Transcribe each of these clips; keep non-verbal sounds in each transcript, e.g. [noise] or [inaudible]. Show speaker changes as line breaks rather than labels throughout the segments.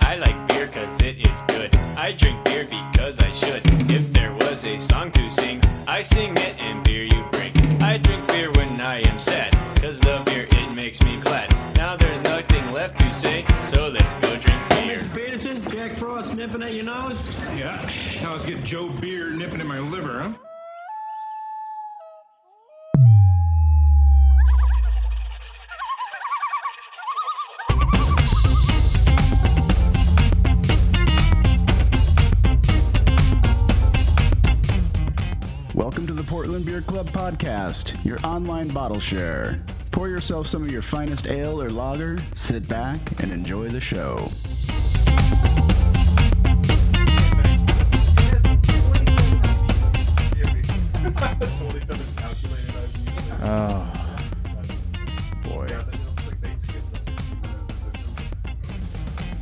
I like beer cause it is good. I drink beer because I should. If there was a song to sing, I sing it and beer you bring. I drink beer when I am sad, cause the beer it makes me glad. Now there's nothing left to say, so let's go drink beer.
Mr. Peterson, Jack Frost nipping at your nose.
Yeah. Now let's get Joe Beer nipping in my liver, huh?
Welcome to the Portland Beer Club podcast, your online bottle share. Pour yourself some of your finest ale or lager, sit back, and enjoy the show. Oh. Boy.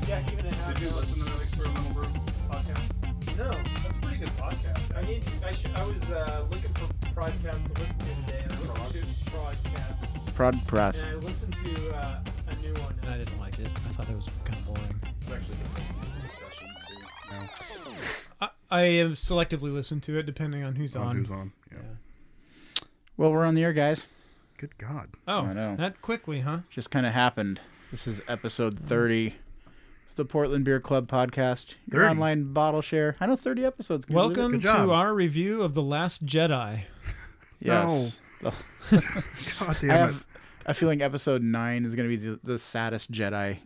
Yeah, even an
Did you
hour.
listen to that experimental brew podcast?
No,
That's a pretty good podcast.
I need to. I, should, I was uh, looking for broadcasts to listen to today, and I
Prog?
listened to broadcasts,
Prod press.
and I listened to uh, a new one, and I didn't like it. I thought it was kind of boring.
It's actually good discussion, too.
I, I am selectively listen to it depending on who's on.
Who's on? Um, Yeah.
Well, we're on the air, guys.
Good God.
Oh,
I know.
that quickly, huh?
Just kind of happened. This is episode 30 of the Portland Beer Club podcast, your
30?
online bottle share. I know 30 episodes. Can you believe it?
Welcome
Good job.
to our review of the Last Jedi.
Yes. The-
[laughs] God
I
damn it.
have a feeling episode nine is going to be the, the saddest Jedi.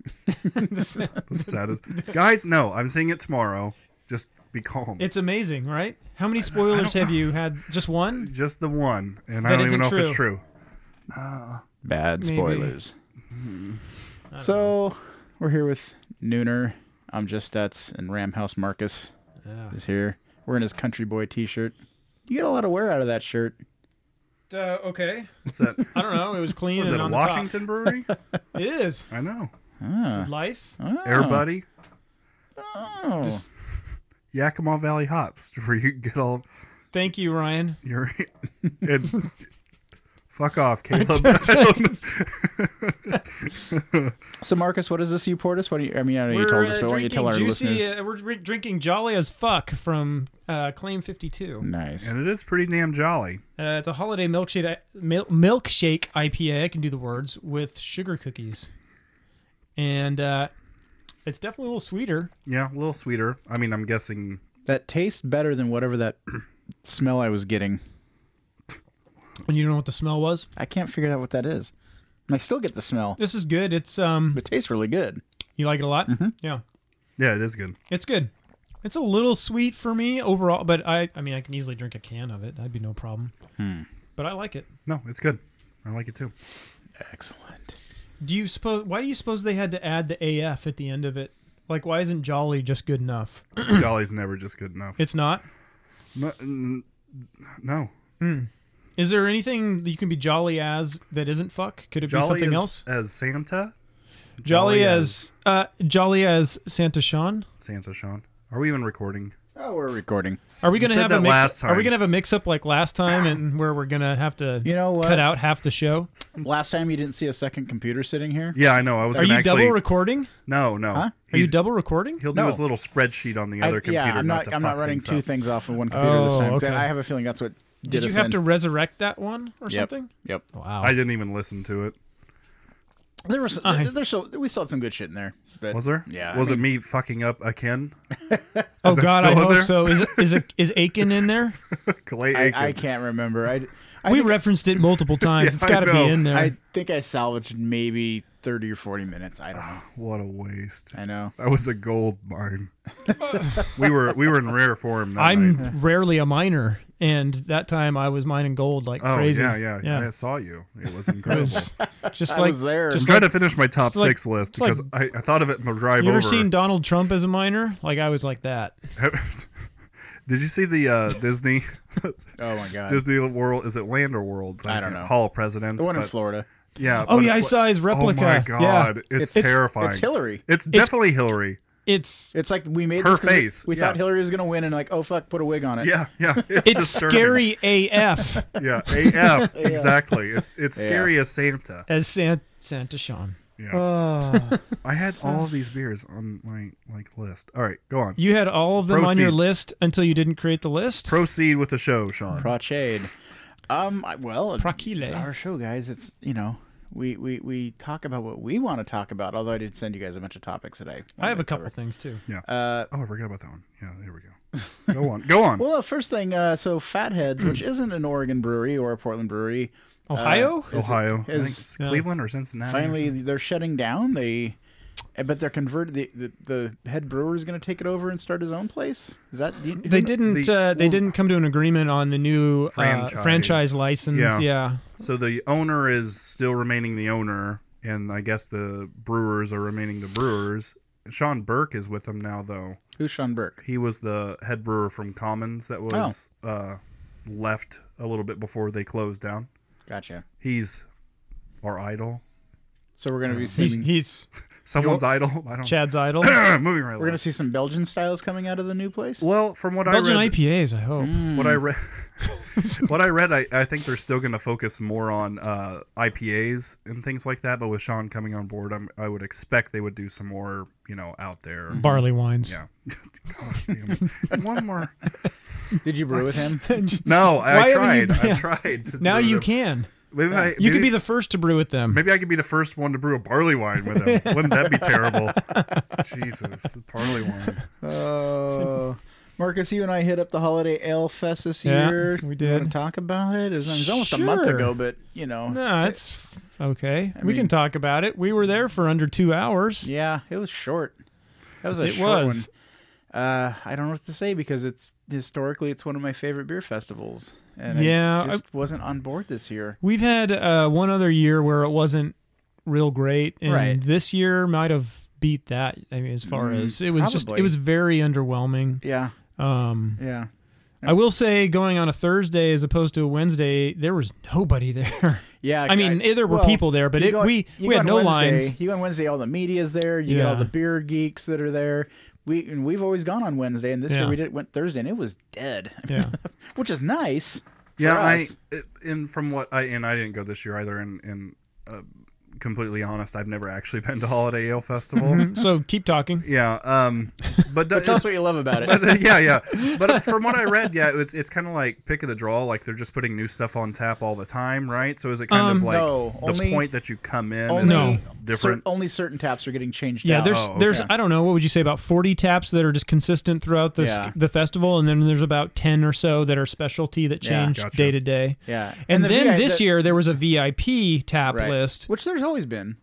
[laughs] Sad as- Guys, no, I'm seeing it tomorrow. Just be calm.
It's amazing, right? How many spoilers have you had? Just one?
just the one, and I
That
don't even know
isn't
if it's true.
Bad
Maybe. Hmm.
spoilers. So we're here with Nooner. I'm just Stutz, and Ramhouse Marcus
Yeah.
is here. We're in his country boy T-shirt. You get a lot of wear out of that shirt.
[laughs] Uh, okay.
What's [laughs] that?
I don't know. It was
[laughs]
clean
Was
and
it a
on
Washington [laughs] brewery?
the top. It is
I know.
Ah.
life.
Oh.
Everybody,
Oh.
Just-
Yakima Valley hops, [laughs] where you get all
Thank you, Ryan.
your [laughs] and fuck off, Caleb. I [laughs] don't know.
So Marcus, what is this you poured us? What do you? I mean, I know you told us, but why don't you tell our
drinking juicy,
listeners?
uh, we're dri- drinking Jolly as Fuck from uh, Claim 52.
nice.
and it is pretty damn jolly.
Uh, it's a holiday milkshake, I- mil- milkshake IPA. I can do the words with sugar cookies, and uh, it's definitely a little sweeter.
Yeah, a little sweeter. I mean, I'm guessing.
That tastes better than whatever that [clears throat] smell I was getting.
And you don't know what the smell was.
I can't figure out what that is. And I still get the smell.
This is good. It's um,
It tastes really good.
you like it a lot.
Mm-hmm.
Yeah,
Yeah, it is good.
it's good. It's a little sweet for me overall, but I, I mean, I can easily drink a can of it. That'd be no problem.
Hmm.
But I like it.
No, it's good. I like it [clears throat] too.
Excellent.
Do you suppose? Why do you suppose they had to add the AF at the end of it? Like, why isn't Jolly just good enough?
Jolly's never just good enough.
It's not.
No, n- no.
Is there anything that you can be jolly as that isn't fuck? Could it be
Jolly
something
is-
else?
as Santa.
Jolly,
jolly
as, uh, jolly as Santa Sean.
Santa Sean. Are we even recording?
Oh, we're recording.
Are we gonna
said
have a
that
mix?
last
Are we
time.
gonna have a mix up like last time, and where we're gonna have to
You know what?
cut out half the show?
Last time you didn't see a second computer sitting here.
Yeah, I know. I was.
Are
gonna
you
actually,
double recording?
No, no.
Huh? Are
Are you
He's-
double recording?
He'll do
No.
his little spreadsheet on the
I-
other computer.
yeah, I'm not.
to
I'm not
fuck
running two
up.
things off of one computer this
Oh,
time. 'cause
okay.
I have a feeling that's what did,
Did you
us
have
in.
to resurrect that one or
Yep.
something? Oh,
Yep.
Wow.
I didn't even listen to it.
There was.
I-
There's so we saw some good shit in there. But
Was there?
Yeah.
Was
I mean,
it me fucking up again?
oh
that
God, I
still in
hope
there?
so. Is it, is
[laughs]
it, is Aiken in there?
Clay Aiken.
I, I can't remember. I. I [laughs]
we
think,
referenced it multiple times.
Yeah,
it's got to
I
be
know.
in there.
I think I salvaged maybe thirty or forty minutes. I don't know.
What a waste.
I know.
That was a gold mine. we were we were in rare form. That
I'm
night.
rarely a miner, and that time I was mining gold like
Oh
crazy.
yeah, yeah,
yeah.
I saw you. It was
It
incredible.
was
[laughs]
just
I
like
was there.
I'm
Just
trying
like,
to finish my top
it's like-
six list
it's like-
because I, I thought of it in the drive
you ever
over.
seen Donald Trump as a miner? Like I was like that.
[laughs] Did you see the uh,
[laughs]
Disney
oh my god.
Disney World? Is it Land or World?
I don't know.
Hall of Presidents.
the one in
but-
Florida.
Yeah.
Oh
but
yeah, I
it's
saw his
like-
replica.
Oh my
Yeah.
god, it's,
It's-
terrifying.
It's Hillary.
It's definitely Hillary.
It's
It's like we made
Her
this 'cause we-
face,
We,
yeah.
thought Hillary was gonna win, and like, oh fuck, put a wig on it.
Yeah,
[laughs]
yeah. It's,
it's
disturbing.
scary
[laughs]
AF
Yeah, AF. exactly. It's it's scary as Santa.
as San- Santa Sean.
Yeah.
Ah.
I had
uh.
all of these beers on my like list. All right, go on.
you had all of them on your
Proceed.
list until you didn't create the list.
Proceed with the show, Sean.
Prochade. Um. I- Well, it-
Procile.
it's our show, guys. It's you know we we we talk about what we want to talk about. Although I did send you guys a bunch of topics today.
I have a couple things too.
yeah.
Uh,
oh, I forgot about that one. Yeah, there
[laughs]
we go. Go on. Go on.
well, uh, first thing, uh, so
[clears throat]
Fatheads, which isn't an Oregon brewery or a Portland brewery, uh,
Ohio?
is-
Ohio. I
is-
think it's Cleveland or Cincinnati. or
finally
something.
they're shutting down. They, eh, but they're converted. The the, the head brewer is going to take it over and start his own place. Is that do you-
They didn't.
The-
uh, they
well-
didn't come to an agreement on the new uh,
Franchise.
franchise. license.
Yeah.
Yeah.
so the owner is still remaining the owner, and I guess the brewers are remaining the brewers. Sean Burke is with them now, though.
Who's Sean Burke?
He was the head brewer from Commons that was
Oh.
uh, left a little bit before they closed down.
Gotcha.
He's our idol.
So we're going to be seeing
He's, he's
Someone's idol. I don't.
Chad's idol.
[laughs] Moving right
we're going
along.
to see some Belgian styles coming out of the new place.
Well, from what
Belgian
I read,
IPAs. I hope.
what I read, [laughs] what I read, I, I think they're still going to focus more on uh, IPAs and things like that. But with Sean coming on board, I'm, I would expect they would do some more, you know, out there.
Barley wines.
Yeah. [laughs] God damn it. One more.
Did you brew
[laughs]
with him?
No, I,
Why haven't you-
tried. I tried. to
Now
do
you
them.
can.
Maybe I,
You could
maybe-
be the first to brew with them.
Maybe I could be the first one to brew a barley wine
[laughs]
with him. Wouldn't that be terrible? Jesus, barley wine.
Oh, [laughs] Marcus, you and I hit up the Holiday Ale Fest this
Yeah,
year.
we
You want to
did.
talk about it? It was, it was almost a month
Sure.
ago, but you know,
No,
it's-
it's okay. we
mean-
can talk about it. We were there for under two hours.
yeah, it was short. That was a
It
short
was.
one. Uh, I don't know what to say because it's historically it's one of my favorite beer festivals, and
Yeah,
I
I-
just wasn't on board this year.
We've had uh, one other year where it wasn't real great, and
Right.
this year might have beat that. I mean, as far as it was just,
probably.
it was very underwhelming.
Yeah,
Um,
yeah.
I will say, going on a Thursday as opposed to a Wednesday, there was nobody there. [laughs]
Yeah,
I mean, there were
well,
people there, but
you
it-
go-
we- we
you go
had
on
no
Wednesday-
lines.
You go on Wednesday, all the media's there. You get all
Yeah.
the beer geeks that are there. We and we've always gone on Wednesday, and this year
Yeah.
we did went Thursday, and it was dead.
Yeah.
[laughs] which is nice.
Yeah, I
us.
it- and from what I and I didn't go this year either. And and uh, completely honest, I've never actually [laughs] been to Holiday Ale Festival.
Mm-hmm.
so keep talking.
yeah, um, but do-
Tell us what you love about
[laughs]
it.
but, uh, yeah, yeah. But uh, from what I read, yeah, it's it's kind of like pick of the draw. Like they're just putting new stuff on tap all the time, right? So is it kind of
Um,
like
no,
the
only-
point that you come in?
Only,
is
No.
different.
cer- only certain taps are getting changed.
Yeah,
out.
there's
Oh,
there's
okay.
I don't know what would you say about 40 taps that are just consistent throughout the
Yeah.
the festival, and then there's about 10 or so that are specialty that
Yeah.
change
Gotcha.
day to day.
Yeah.
and,
And the
then
VI
this
the-
year there was a VIP tap
Right.
list.
which there's always been.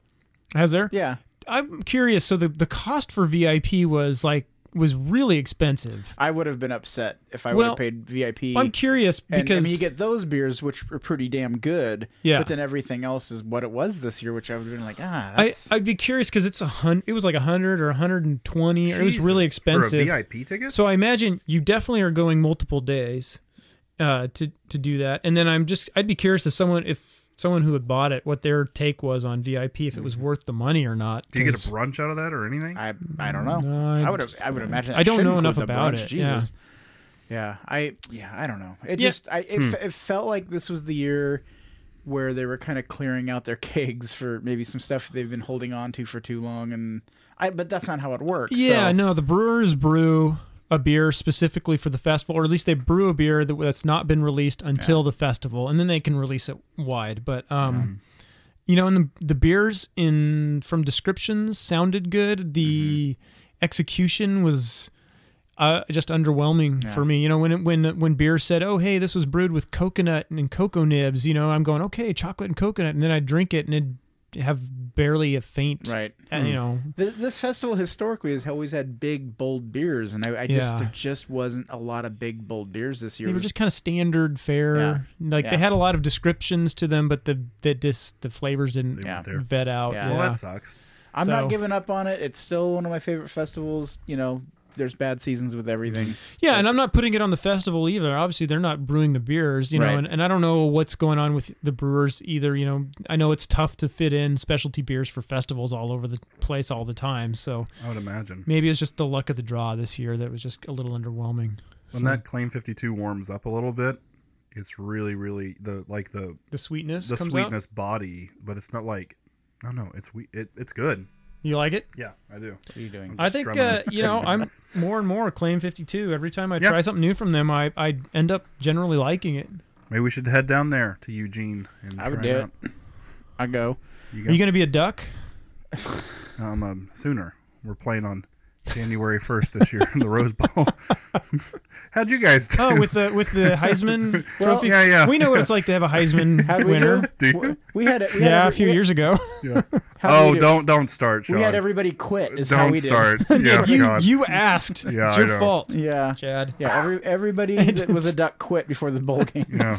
Has there?
Yeah,
I'm curious. So the the cost for VIP was like was really expensive.
I would have been upset if I
Well,
would have paid VIP.
I'm curious
and,
because
I mean, you get those beers, which are pretty damn good.
Yeah.
But then everything else is what it was this year, which I would have been like, ah,
I,
that's,
I'd be curious because it's a hundred. It was like a hundred or a hundred and twenty. It was really
Jesus, for
expensive.
a VIP ticket.
So I imagine you definitely are going multiple days uh, to to do that. And then I'm just I'd be curious if someone if someone who had bought it what their take was on VIP if it was worth the money or not.
do you get
'cause-
a brunch out of that or anything?
I I don't know.
No, I
I would have I would imagine.
I
that
don't
should
know
include
enough
the
about
brunch,
it,
Jesus. Yeah. I yeah I don't know. It
Yeah.
just I it, fe- it felt like this was the year where they were kind of clearing out their [laughs] kegs for maybe some stuff they've been holding on to for too long, and I but that's not how it works.
Yeah,
so-
no, the brewers brew a beer specifically for the festival, or at least they brew a beer that, that's not been released until the festival, and then they can release it wide. But
Mm-hmm.
um, you know, and the the beers in from descriptions sounded good. The
Mm-hmm.
execution was. Uh, just underwhelming for me, you know. When it, when when beer said, "Oh, hey, this was brewed with coconut and cocoa nibs," you know, I'm going, "Okay, chocolate and coconut," and then I drink it and it have barely a faint,
Right. Mm.
uh, you know,
Th- This festival historically has always had big, bold beers, and I, I just
Yeah.
there just wasn't a lot of big, bold beers this year.
they
It
were
was
just kind of standard fare.
Yeah.
Like
Yeah.
they had a lot of descriptions to them, but the the dis, the flavors didn't
Yeah.
there.
vet out.
Yeah.
Yeah.
Well, that sucks.
I'm not
So-
giving up on it. It's still one of my favorite festivals. You know, there's bad seasons with everything.
Yeah, and I'm not putting it on the festival either. Obviously, they're not brewing the beers, you know,
Right.
and, and I don't know what's going on with the brewers either. You know, I know it's tough to fit in specialty beers for festivals all over the place all the time. So
I would imagine.
maybe it's just the luck of the draw this year that was just a little underwhelming.
when that claim 52 warms up a little bit it's really really the like the
The sweetness
the
comes out?
sweetness body but it's not like No, no, it's we. It, it's good.
You like it?
Yeah, I do.
What are you doing?
I think
strumming
uh,
it.
you know I'm more and more Claim 52. Every time I
Yeah.
try something new from them, I I end up generally liking it.
Maybe we should head down there to Eugene. And
I would
try
do
out.
I go.
You
Are
got,
you gonna be a duck?
um, um, sooner. We're playing on January first this year [laughs] in the Rose Bowl. How'd you guys do? [laughs]
Oh, with the with the Heisman trophy.
yeah, yeah.
We know what it's like to
[laughs]
have a Heisman
How'd we
winner.
Do
do?
you?
We had it. we had
Yeah, a
every-
few
we-
years ago.
[laughs] how'd we
oh,
do?
don't don't start, Sean.
We had everybody quit. Is
don't
how we did. [laughs]
start. [laughs] Yeah,
you
God.
you asked.
Yeah,
it's
I
your
know.
fault,
Yeah.
Chad.
Yeah.
[laughs]
Every everybody that was a duck quit before
[laughs]
the bowl game.
Yeah.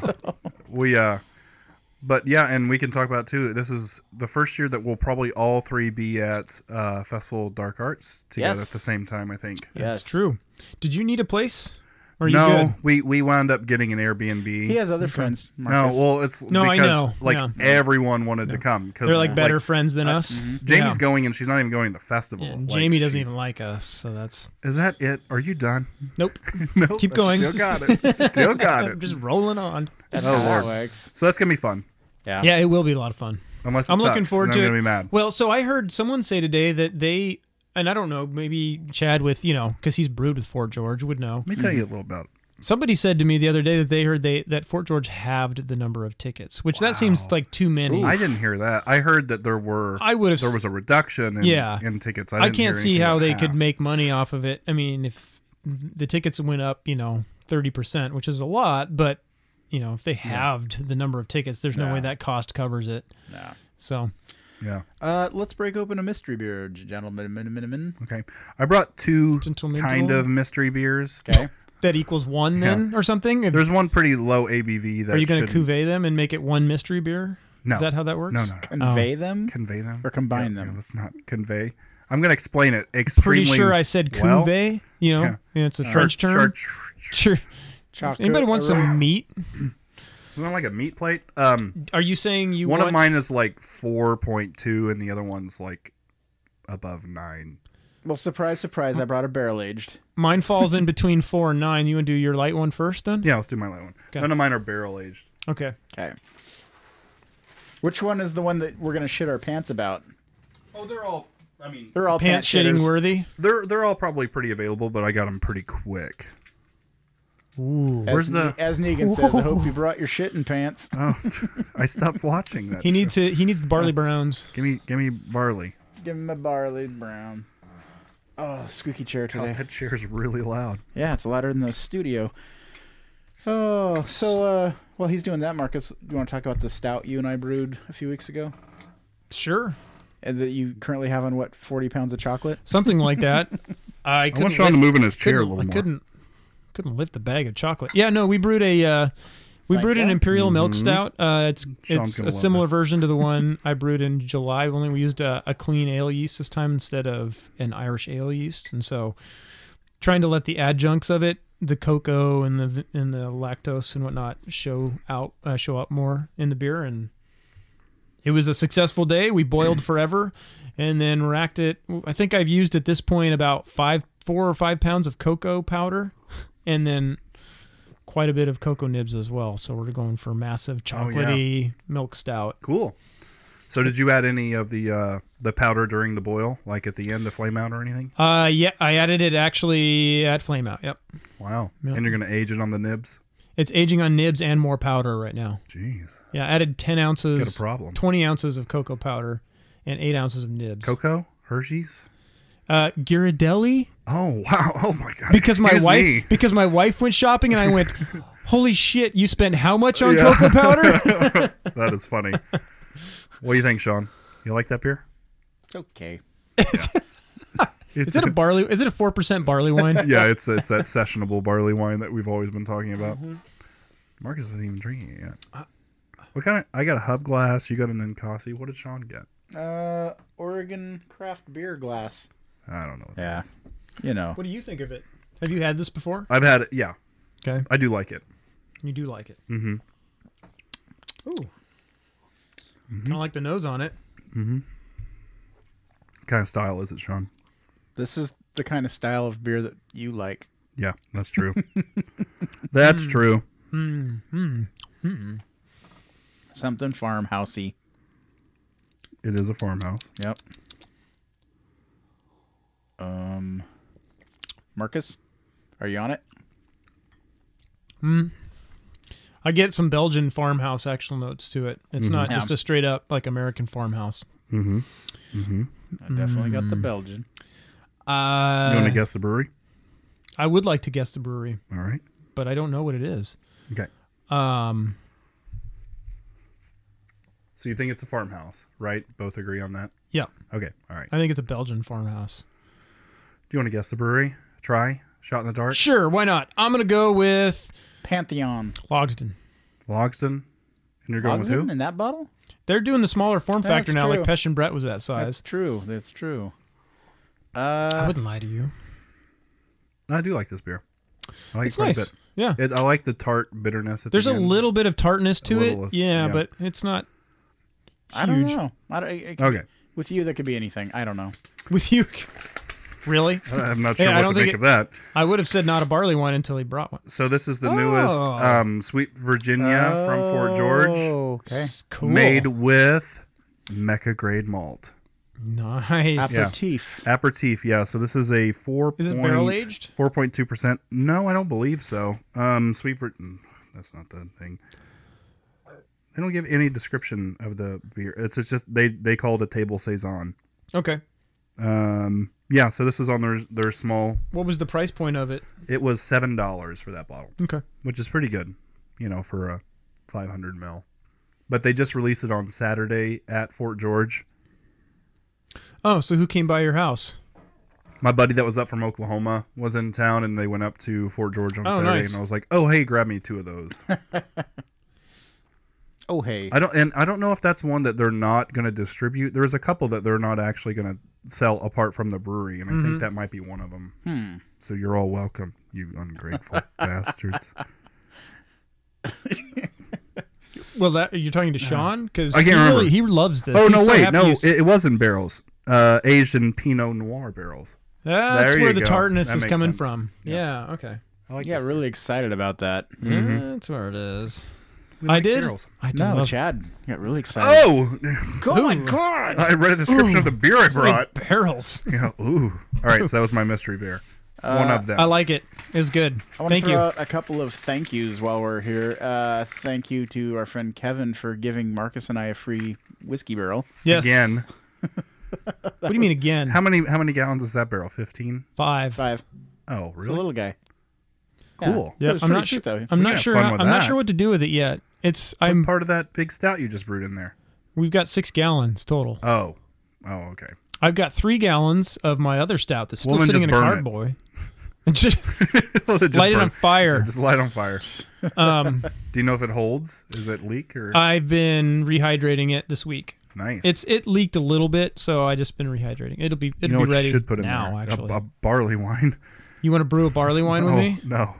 we uh but yeah and we can talk about too this is the first year that we'll probably all three be at uh festival of dark arts together
Yes.
at the same time i think
That's
Yes.
true. Did you need a place? Or are you
no
good?
we we wound up getting an airbnb
He has other friends.
no
Marcus.
well it's
No, I
because
know.
like
Yeah.
everyone wanted to come because
They're like uh, mm-hmm. better friends than us.
jamie's
Yeah.
going and she's not even going to the festival
Yeah,
Like,
Jamie doesn't
she-
even like us, so
[laughs]
that's
is that it are you done
nope.
no
Keep
I
going.
[laughs] still got it [laughs] still
[laughs]
got
I'm
it
just rolling on.
that's
oh,
how that
Lord.
works.
so that's gonna be fun
Yeah.
Yeah, it will be a lot of fun.
unless it
I'm looking
sucks,
forward
and
to
i'm
it.
gonna be mad
Well, so I heard someone say today that they and I don't know, maybe Chad with you know, because he's brewed with Fort George would know.
let me tell you a little about it
Somebody said to me the other day that they heard they that Fort George halved the number of tickets, which that seems like too many.
I didn't hear that. I heard that there were
I would've
there
s-
was a reduction in,
Yeah.
in tickets. I,
I
didn't
can't
hear
see
anything
how
about
they
half.
could make money off of it. I mean, if the tickets went up, you know, 30%, which is a lot, but you know, if they halved the number of tickets, there's no way that cost covers it.
Nah.
So,
Yeah.
Uh, let's break open a mystery beer, gentlemen. min- min- min.
Okay. I brought two
Gentlemental?
kind of mystery beers.
Okay.
that equals
[laughs]
1 then or something? If-
There's one pretty low ABV that
are you going to
shouldn't-
cuvee them and make it one mystery beer?
No.
Is that how that works?
No, no, no.
Convey them.
Convey them
Or combine
Yeah,
them.
yeah, let's not convey. I'm going to explain it
Pretty
extremely.
sure I said
well.
cuvee, you know,
yeah.
and it's a
Char-
French term.
char-
[laughs]
char-
Sure.
Chocolate
Anybody want some meat?
Isn't that like a meat plate? Um,
Are you saying you
one
want
of mine is like 4.2, and the other one's like above nine.
Well, surprise, surprise! I brought a barrel aged.
mine falls in between 4 and 9. You want to do your light one first then?
Yeah, let's do my light one.
Okay.
None of mine are barrel aged.
Okay.
Okay. Which one is the one that we're gonna shit our pants about?
Oh, they're all. I mean,
They're all
Pants
pant
shitting
shitters.
worthy.
They're they're all probably pretty available, but I got them pretty quick.
Ooh.
As,
Where's the-
as Negan says, I hope you brought your shitting pants.
Oh, [laughs] I stopped watching that.
He needs to. He needs the barley browns.
Give me give me barley.
Give him a barley brown. Oh, squeaky chair today.
That chair's really loud.
Yeah, it's louder than the studio. Oh, so uh, well, he's doing that, Marcus. Do you want to talk about the stout you and I brewed a few weeks ago,
Sure.
and that you currently have on what forty pounds of chocolate?
Something like
[laughs]
that. I
I
couldn't.
want Sean to
lift-
move in his chair a
couldn't-
little
I
more.
couldn't. Couldn't lift the bag of chocolate. Yeah. No, we brewed a. Uh, we
Like
brewed an
that?
imperial milk stout. Uh, it's it's
Sean's gonna
a
Mm-hmm. love
similar
this.
version to
[laughs]
the one I brewed in July. Only we used a, a clean ale yeast this time instead of an Irish ale yeast, and so trying to let the adjuncts of it, the cocoa and the v- and the lactose and whatnot, show out uh, show up more in the beer. And it was a successful day. We
Mm.
boiled forever, and then racked it. I think I've used at this point about five, four or five pounds of cocoa powder, and then quite a bit of cocoa nibs as well. So we're going for massive
Oh, yeah.
chocolatey milk stout.
Cool. So did you add any of the uh, the powder during the boil, like at the end, the flame out or anything?
Uh, yeah, I added it actually at flame out. Yep,
Wow.
Yeah.
And you're gonna age it on the nibs.
it's aging on nibs and more powder right now.
Jeez.
Yeah, I added 10 ounces,
Got a problem.
20 ounces of cocoa powder, and 8 ounces of nibs.
Cocoa, Hershey's.
uh, Ghirardelli?
Oh [laughs] wow. Oh my
[laughs]
god.
Because my
Excuse
wife
me.
because my wife went shopping and I
[laughs]
went, "Holy shit, you spent how much on
Yeah.
cocoa powder?"
[laughs] That is funny. what do you think, Sean? You like that beer?
It's okay.
Is it a barley is it a 4% barley wine?
[laughs] yeah, it's it's that sessionable barley wine that we've always been talking about.
Mm-hmm.
Marcus isn't even drinking it
Uh,
yet. What kind of? I got a hub glass. You got an Ninkasi. What did Sean get?
Uh, Oregon craft beer glass.
I don't know. what that
Yeah,
is.
you know.
what do you think of it? Have you had this before?
I've had it. Yeah,
Okay.
I do like it.
You do like it. Mm-hmm. Ooh.
Mm-hmm.
Kind of like the nose on it.
What kind of style is it, Sean?
This is the kind of style of beer that you like.
Yeah,
[laughs]
that's true. that's
Hmm.
true.
Something farmhousey.
It is a farmhouse.
Yep. Um, Marcus, are you on it?
I get some Belgian farmhouse actual notes to it. It's not
Yeah.
just a straight up like American farmhouse.
Mm-hmm.
I definitely got the Belgian.
Uh,
You want to guess the brewery?
I would like to guess the brewery,
All right.
but I don't know what it is.
Okay.
Um,
So you think it's a farmhouse, right? Both agree on that.
yeah,
Okay. All right. Do
I think it's a Belgian farmhouse.
you want to guess the brewery? Try. Shot in the dark.
Sure, why not? I'm gonna go with
Pantheon.
Logsden.
Logston. And you're going
Oxen
with
in that bottle?
They're doing the smaller form
That's
factor now,
true.
like Pesh and Brett was that
That's
size.
true. That's true.
I
Uh,
wouldn't lie to you.
who? I do like this beer. I like
It's
it
nice.
quite a bit.
Yeah.
It, I like the tart bitterness. At
There's
the
a
end.
little bit of tartness to it.
little of-
yeah,
yeah.
but it's not
I don't
huge.
know. I don't, it-
Okay.
With you, that could be anything. I don't know.
with you. [laughs] Really?
I'm not sure
Yeah, I
what
don't
to
think
make
it-
of that.
I would have said not a barley wine until he brought one.
So this is the newest
Oh.
um, Sweet Virginia from Fort George,
Oh, okay.
S- Cool.
made with Mecca grade malt
nice.
Aperitif.
aperitif. Yeah. So this is a four.
Is it barrel aged?
Four point two percent. No, I don't believe so. Um, Sweet Virginia. That's not the thing. They don't give any description of the beer. It's, it's just they they call it a table saison.
Okay.
Um, yeah. So this was on their their small.
What was the price point of it?
It was seven dollars for that bottle.
Okay.
which is pretty good, you know, for a 500 mil. But they just released it on Saturday at Fort George.
Oh, so who came by your house?
My buddy that was up from Oklahoma was in town, and they went up to Fort George on
Oh,
Saturday,
nice.
and I was like, "Oh, hey, grab me two
[laughs]
of those."
Oh, hey.
I don't, and I don't know if that's one that they're not going to distribute. There's a couple that they're not actually going to sell apart from the brewery, and I
Mm-hmm.
think that might be one of them.
Hmm.
So you're all welcome, you
[laughs]
ungrateful bastards.
Well, that you're talking to Sean because
I
he
can't remember.
really he loves this.
Oh
He's
no,
so
wait,
happy
no,
you
it,
s-
it was in barrels, uh, aged in Pinot Noir barrels.
that's
there
where
you
the
go.
tartness
That
is
makes
coming
sense.
from. Yeah. Okay.
yeah, really excited about that.
Mm-hmm.
That's where it is.
We
I
like
did.
barrels.
I did.
No,
love
Chad got really excited.
Oh, [laughs]
Oh, my God.
I read a description of the beer
[laughs]
I brought.
barrels.
Yeah, ooh. All right, so that was my mystery beer. One of them.
Uh, I like it. It's good.
I want
Thank
to throw
you.
out a couple of thank yous while we're here. Uh, thank you to our friend Kevin for giving Marcus and I a free whiskey barrel.
yes.
Again,
What do you mean again?
how many how many gallons is that barrel? Fifteen.
Five.
Five.
Oh,
The
really?
little guy.
Cool.
Yeah,
I'm not sure.
Though.
I'm
had
not sure.
fun
How,
with
I'm not
that.
sure what to do with it yet. It's
I'm
I'm.
part of that big stout you just brewed in there.
We've got six gallons total.
Oh, oh, okay. [laughs]
I've got three gallons of my other stout that's still
Well, then
sitting
just
in a
burn it.
cardboard. And [laughs] just
Well, it just
light it on
burned.
fire.
Just light on fire.
Um,
Do you know if it [laughs] holds? Is it leak or
I've been rehydrating it this week.
nice?
Uh, It's it leaked a little bit, so I just been rehydrating. It'll be
you
it'll
know
be
what
ready
you should put in
now.
there? A-
Actually,
a, barley wine.
you want to brew a barley wine with
oh,
me?
No,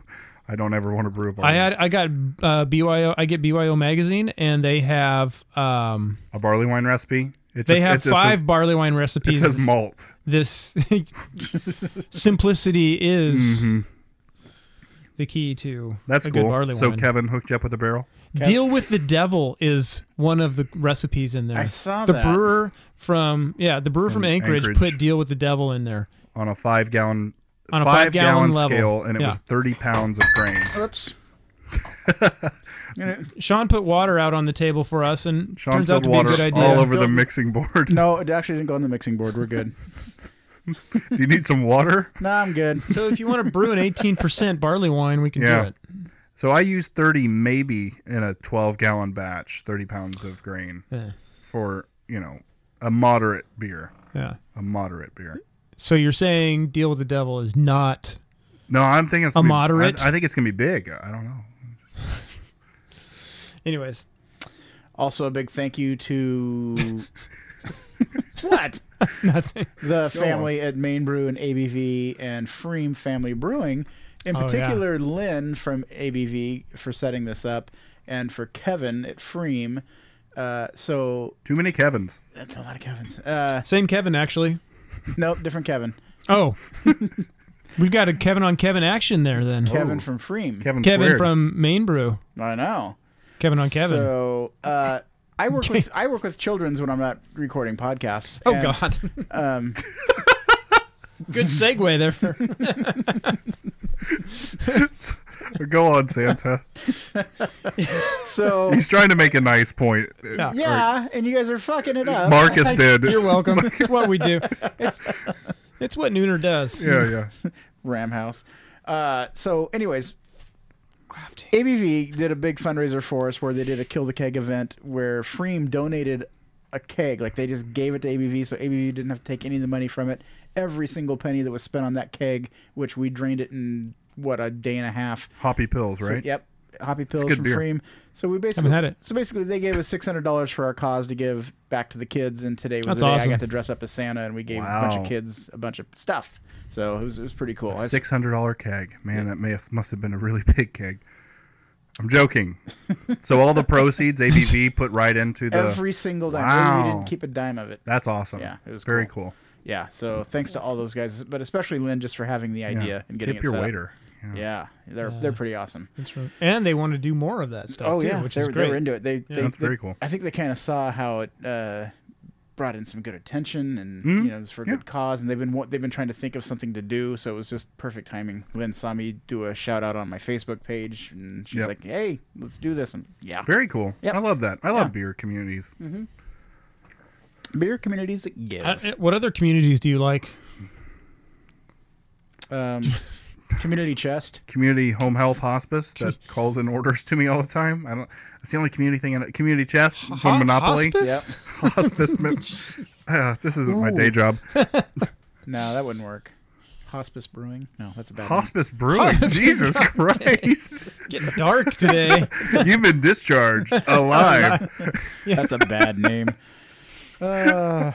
I don't ever want to brew a barley.
I had I got uh, BYO. I get BYO magazine, and they have um
a barley wine recipe. It
they
just-
have
it just
five
Says,
barley wine
it
recipes.
says malt.
this [laughs] simplicity is the key to
Mm-hmm. That's
a
cool.
good barley
so
wine.
Kevin hooked you up with a barrel.
Deal with the devil is one of the recipes in there.
I saw
the
that.
brewer from yeah the brewer from
From
Anchorage,
Anchorage.
put deal with the devil in there.
on a five gallon
On a
five
five-gallon
gallon,
level.
scale, and it
Yeah.
was thirty pounds of grain.
Oops.
Sean put water out on the table for us, and
Sean
turns out
spilled
to be a
water
good idea.
all over the
Spilled-
mixing board.
[laughs]
No, it actually didn't go on the mixing board. We're good.
Do you need some water?
no, I'm good.
so if you want to brew an 18% barley wine, we can
Yeah.
do it.
So I used thirty maybe in a twelve gallon batch, thirty pounds of grain
Yeah.
for you know a moderate beer,
Yeah.
a moderate beer.
So you're saying deal with the devil is not
No, I'm thinking it's
A
gonna be-
moderate?
I, I think it's gonna be big. I don't know.
anyways.
Also, a big thank
[laughs]
you to what
Nothing.
the family at Main Brew and ABV and Freem Family Brewing, in
Oh, yeah.
particular Lynn from ABV for setting this up, and for Kevin at Freem. Uh, so
Too many Kevins.
that's a lot of Kevin's. Uh,
Same Kevin actually.
nope, different Kevin.
Oh. [laughs] We've got a Kevin on Kevin action there then.
Kevin from Freem.
Kevin.
Kevin
squared.
from Main Brew.
I know.
Kevin on Kevin.
So, uh, I work
[laughs]
with I work with childrens when I'm not recording podcasts.
Oh
and,
God.
Um,
[laughs] Good segue there.
[laughs]
For,
Go on, Santa.
so
He's trying to make a nice point.
[laughs] yeah, and you guys are fucking it up.
Marcus did.
You're
[laughs]
welcome. it's what we do. It's it's what Nooner does.
Yeah, yeah.
Ram House. Uh, so, anyways, ABV did a big fundraiser for us where they did a Kill the Keg event where Freem donated a keg. Like they just gave it to ABV, so ABV didn't have to take any of the money from it. Every single penny that was spent on that keg, which we drained it in what a day and a half.
Hoppy pills,
So,
right?
yep. Hoppy pills
good
from
beer.
Freem. So we basically
had it.
So basically, they gave us six hundred dollars for our cause to give back to the kids. And today was
That's
the day
awesome.
I got to dress up as Santa, and we gave a bunch of
Wow.
kids a bunch of stuff. So it was, it was pretty cool. I-
Six hundred dollar keg. Man, that may have, must have been a really [laughs] big keg. I'm joking. so all the proceeds
[laughs]
ABV put right into the.
every single dime. We
uh, Wow.
didn't keep a dime of it.
That's awesome.
Yeah, it was
very
cool.
cool.
Yeah. So thanks to all those guys, but especially Lynn just for having the idea and getting
Tip
it
your
set up.
waiter. Yeah.
Yeah, they're they're pretty awesome.
That's right. And they want to do more of that stuff.
Oh
too,
yeah,
which
they,
is
were-
great.
they were into it. They, they
That's
they-
very cool.
I think they kind of saw how it uh, brought in some good attention and you know it was for a
Mm-hmm. Yeah.
good cause, and they've been wa- they've been trying to think of something to do, so it was just perfect timing. Lynn saw me do a shout out on my Facebook page, and she's
Yep.
like, "Hey, let's do this." And yeah,
Very cool.
Yep.
I love that. I love beer communities.
beer communities that give.
I- Uh, what other communities do you like? [laughs]
um, community chest.
Community home health hospice that
[laughs]
calls in orders to me all the time. I don't. It's the only community thing. I, community chest from Monopoly.
Hospice? [laughs]
Yep.
Hospice. mi- uh, this isn't my
Oh.
day job.
No, that wouldn't work. Hospice brewing? No, that's a bad one.
Hospice brewing. Jesus Christ.
Getting
[laughs]
dark today.
You've
[laughs]
been discharged alive.
[laughs]
[laughs]
That's a bad name. Uh,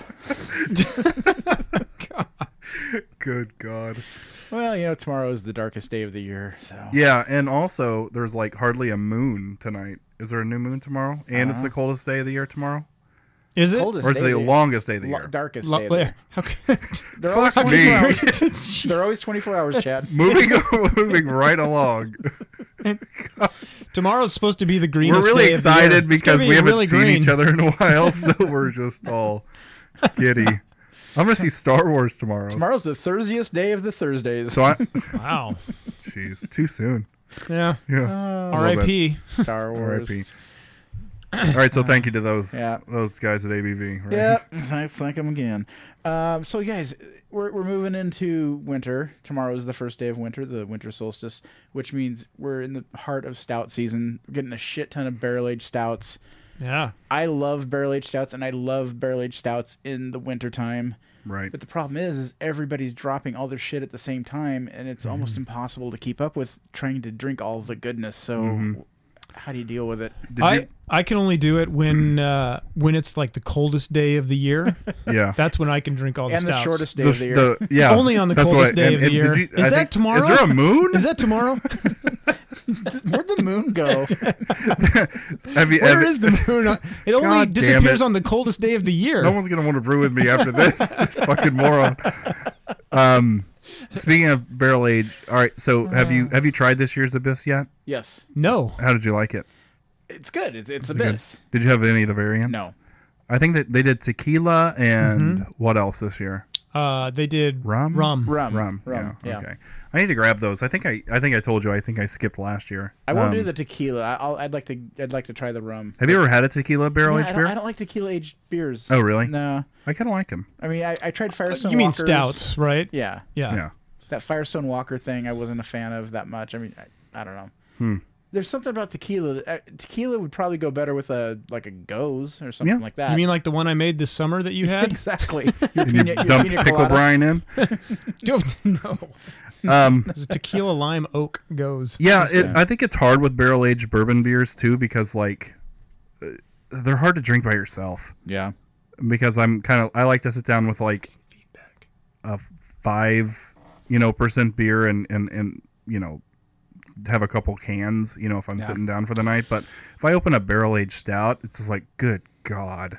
Good God.
well, you know, tomorrow is the darkest day of the year, so
Yeah, and also there's like hardly a moon tonight. Is there a new moon tomorrow? And it's the
Uh-huh.
coldest day of the year tomorrow,
Is it?
coldest
or is
day
it the
of the-
longest day of the
lo-
year?
darkest
Lo-
day. Of the
where-
year.
how [laughs] c-
They're always
Fuck me.
24 hours.
[laughs]
Jeez.
They're always 24 hours, Chad.
Moving,
[laughs]
moving right along.
Tomorrow's supposed to be the
We're
greenest
really
day of the year.
excited
It's
because
gonna be
we haven't
really
seen
green.
each other in a
[laughs]
while, so we're just all giddy. I'm gonna see Star Wars tomorrow.
Tomorrow's the Thursdayest day of the Thursdays.
So I,
Wow.
jeez, too soon.
Yeah.
Yeah.
R.I.P.
Oh, Star Wars.
R.I.P. All right, so
Uh,
thank you to those
Yeah.
those guys at ABV. Right?
[laughs] Yep, thanks, thank them again. Um, so, guys, we're, we're moving into winter. Tomorrow is the first day of winter, the winter solstice, which means we're in the heart of stout season. We're getting a shit ton of barrel aged stouts.
Yeah.
I love barrel aged stouts, and I love barrel aged stouts in the wintertime.
Right.
But the problem is, is everybody's dropping all their shit at the same time, and
Mm-hmm.
it's almost impossible to keep up with trying to drink all the goodness. So,
Mm-hmm.
how do you deal with it?
Did
I,
you?
I can only do it when uh, when it's like the coldest day of the year. [laughs]
Yeah.
That's when I can drink all the
and the
stouts.
shortest day
The-
of the year.
the- yeah,
Only on the
that's
coldest
what-
day of the
did
year.
you-
Is
I
that
think-
tomorrow?
Is there a moon?
Is that tomorrow?
Where'd the moon go?
[laughs] Have you-
Where
have-
is the moon? on- It only
God damn
disappears
it.
on the coldest day of the year.
[laughs] No one's gonna want to brew with me
[laughs]
after this. fucking moron. Um, speaking of barrel age, all right. So have you
Uh.
have you tried this year's Abyss yet?
yes,
No.
How did you like it?
it's good. It's, it's
good?
abyss.
Did you have any of the variants?
No,
I think that they did tequila and what else this year?
Uh, they did
Rum.
Mm-hmm. Rum.
rum,
Rum.
rum. Yeah.
Okay. I need to grab those. I think I I think I told you. I think I skipped last year.
I won't
Um,
do the tequila. I, I'll, I'd like to. I'd like to try the rum.
Have you ever had a tequila barrel
Yeah,
aged
I,
beer?
don't, I don't like tequila aged beers.
Oh, really?
No,
I kind of like them.
I mean I, I tried Firestone.
You mean
Walkers.
stouts, right?
Yeah,
Yeah.
Yeah.
that Firestone Walker thing I wasn't a fan of that much. I mean, I, I don't know. There's something about tequila. that- Uh, tequila would probably go better with a like a goes or something
Yeah.
like that.
You
[laughs]
mean like the one I made this summer that you had?
exactly? Your
And you
pina- your
dump
pina
pickle
colada.
brine
[laughs]
in.
no. It
Um,
was [laughs] tequila lime oak goes.
Yeah, it, I think it's hard with barrel aged bourbon beers too because like uh, they're hard to drink by yourself.
Yeah.
Because I'm kind of I like to sit down with like a five, you know, percent beer and and and you know have a couple cans, you know, if I'm sitting down for the night. But if I open a barrel aged stout, it's just like good god.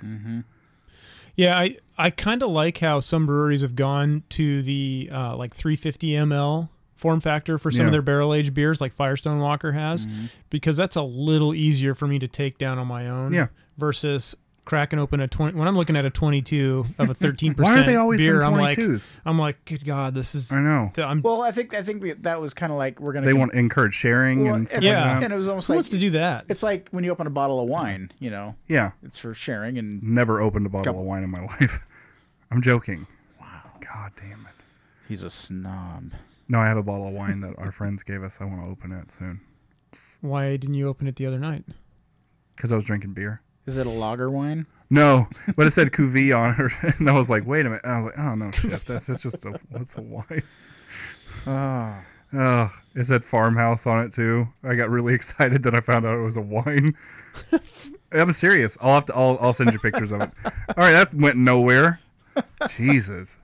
Yeah, I I kind of like how some breweries have gone to the uh, like 350 ml form factor for some
Yeah. Mm-hmm.
of their barrel aged beers, like Firestone Walker has, because that's a little easier for me to take down on my own.
Yeah.
Versus cracking open a twenty. When I'm looking at a twenty-two of a
[laughs]
thirteen percent
Why are they always in
beer, I'm like,
22s?
I'm like, good God, this is.
I know.
I'm,
Well, I think I think that- that was kind of like we're gonna.
They
con-
want to encourage sharing
Well,
and stuff
and,
Yeah.
like
and
that.
it was almost
who
like
wants to do that?
it's like when you open a bottle of wine. You know,
Yeah.
it's for sharing and
Never opened a bottle
Couple-
of wine in my [laughs] life. I'm joking. Wow. God damn it.
he's a snob.
No, I have a bottle of wine that our friends gave us. I want to open it soon
Why didn't you open it the other night?
because I was drinking beer.
Is it a lager wine?
No, but it said cuvee on it, [laughs] and I was like, "Wait a minute!" I was like, "Oh no, shit! That's, that's just a that's a wine."
Oh,
Ah.
Oh, it said farmhouse on it too. I got really [laughs] excited that I found out it was
[laughs]
a wine. I'm serious. I'll have to. I'll, I'll send you pictures of it. All right, that went nowhere.
[laughs]
Jesus.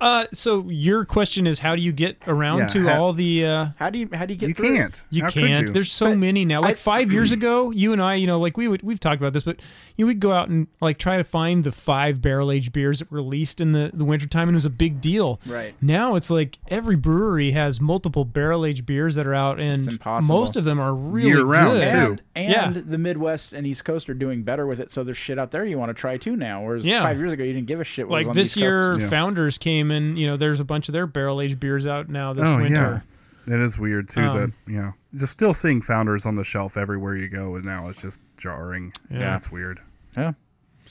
Uh, so your question is, how do you get around
Yeah,
to
how-
all the? Uh,
how do you how do you get?
You
through?
can't.
You
How could
can't.
you?
There's so many now. Like
I-
five years ago, you and I, you know, like we would we've talked about this, but you know, we'd go out and like try to find the five barrel aged beers that were released in the the wintertime and it was a big deal.
Right.
Now it's like every brewery has multiple barrel aged beers that are out and
impossible.
most of them are really
Year-round,
good.
too.
And, and
Yeah.
the Midwest and East Coast are doing better with it, so there's shit out there you want to try too now. Whereas
Yeah.
five years ago, you didn't give a shit. What was
Like
on
this
the East Coast.
year,
Yeah.
Founders came and you know there's a bunch of their barrel aged beers out now this
oh
winter.
yeah. It is weird too
Um,
that you know just still seeing founders on the shelf everywhere you go, and now it's just jarring.
Yeah.
it's weird.
Yeah.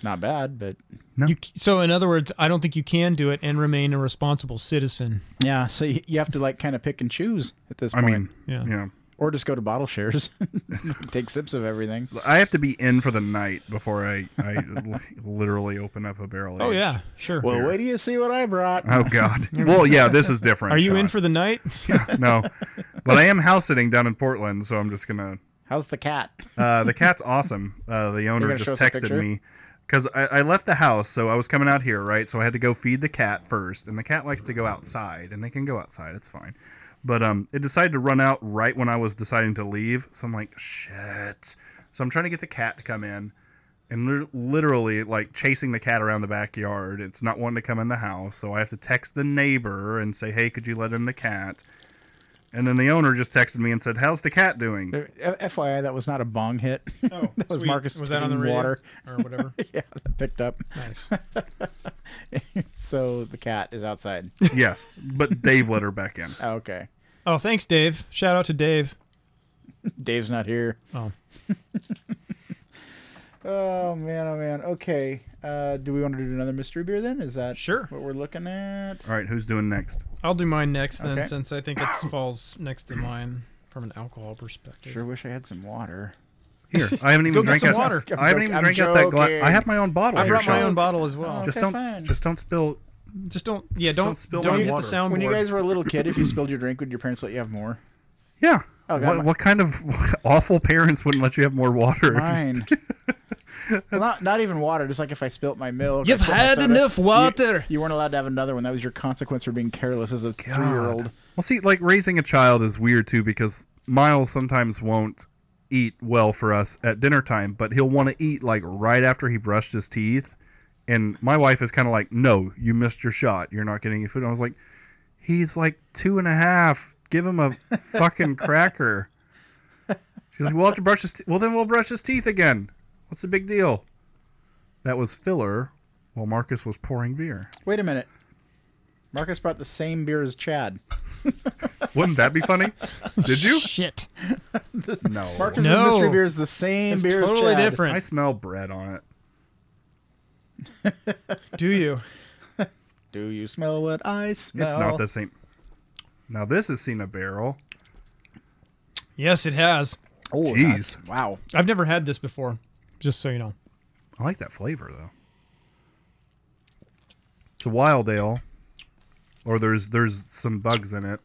Not bad, but
You c so in other words, I don't think you can do it and remain a responsible citizen.
yeah. So you, you have to like kind of pick and choose at this
I
point,
mean,
Yeah.
yeah.
or just go to bottle shares, [laughs] take sips of everything.
I have to be in for the night before I I [laughs] li- literally open up a barrel.
Oh
aged.
yeah, sure.
Well, wait do you see what I brought?
Oh god. well, yeah, this is different.
are you in
Sean.
for the night? [laughs]
[laughs] no. But I am house sitting down in Portland, so I'm just gonna.
How's the cat?
Uh, the cat's awesome. Uh, the owner
gonna show
just
us a
texted
picture?
me because I, I left the house, so I was coming out here, right? So I had to go feed the cat first, and the cat likes to go outside, and they can go outside. It's fine. But um, it decided to run out right when I was deciding to leave, so I'm like, shit. So I'm trying to get the cat to come in, and lit- literally like chasing the cat around the backyard. It's not wanting to come in the house, so I have to text the neighbor and say, hey, could you let in the cat? And then the owner just texted me and said, "How's the cat doing?"
There- F- FYI, that was that a bong hit. [laughs]
Oh,
That was
sweet.
Marcus
Was [laughs] that on the
King
radio
water.
or [laughs] whatever?
yeah, that picked up.
nice.
So the cat
[laughs]
is outside.
Yes, but Dave let her back in.
okay.
[laughs] Oh, thanks, Dave. Shout out to Dave.
Dave's not here.
Oh,
[laughs] Oh man, oh man. Okay. Uh, do we want to do another mystery beer then? Is that
Sure.
what we're looking at?
All right, who's doing next?
I'll do mine next then,
Okay.
since I think it falls next to mine from an alcohol perspective.
Sure wish I had some water.
Here, I haven't even
Go get
drank
some
out.
water.
I haven't even
[laughs] I'm
drank out that glass.
joking.
I have my own bottle
I
here.
brought my
Sean.
own bottle as well.
Just
Okay,
don't,
fine.
just don't spill.
Just don't, yeah, don't,
don't spill
don't
my
hit
water.
the soundboard.
When you guys were a little
[laughs]
kid, if you spilled your drink, would your parents let you have more?
Yeah.
Oh, God,
what,
my-
what kind of [laughs] awful parents wouldn't let you have more water? If you,
Mine. [laughs] well, not not even water. Just like if I spilt my milk. or
You've
spilled my
had
soda,
enough
you-
water.
You, weren't allowed to have another one. That was your consequence for being careless as a three-year-old.
Ah. well, see, like raising a child is weird too because Miles sometimes won't eat well for us at dinner time, but he'll want to eat like right after he brushed his teeth. And my wife is kind of like, "No, you missed your shot. You're not getting any food." And I was like, "He's like two and a half. Give him a fucking cracker." She's like, "We'll have to brush his. Te- well, then we'll brush his teeth again. What's the big deal?" That was filler, while Marcus was pouring beer.
Wait a minute. Marcus brought the same beer as Chad.
Wouldn't that be funny?
[laughs]
Did you?
[laughs] Shit.
No.
Marcus's
No.
mystery beer is the same
It's
beer as
totally
Chad.
I
different.
smell bread on it.
Do you?
Do you smell what I smell?
It's not the same. Now this has seen a barrel.
Yes, it has.
Oh,
Jeez.
that's- Wow.
I've never had this before, just so you know.
I like that flavor though. It's a wild ale, or there's there's some bugs in it.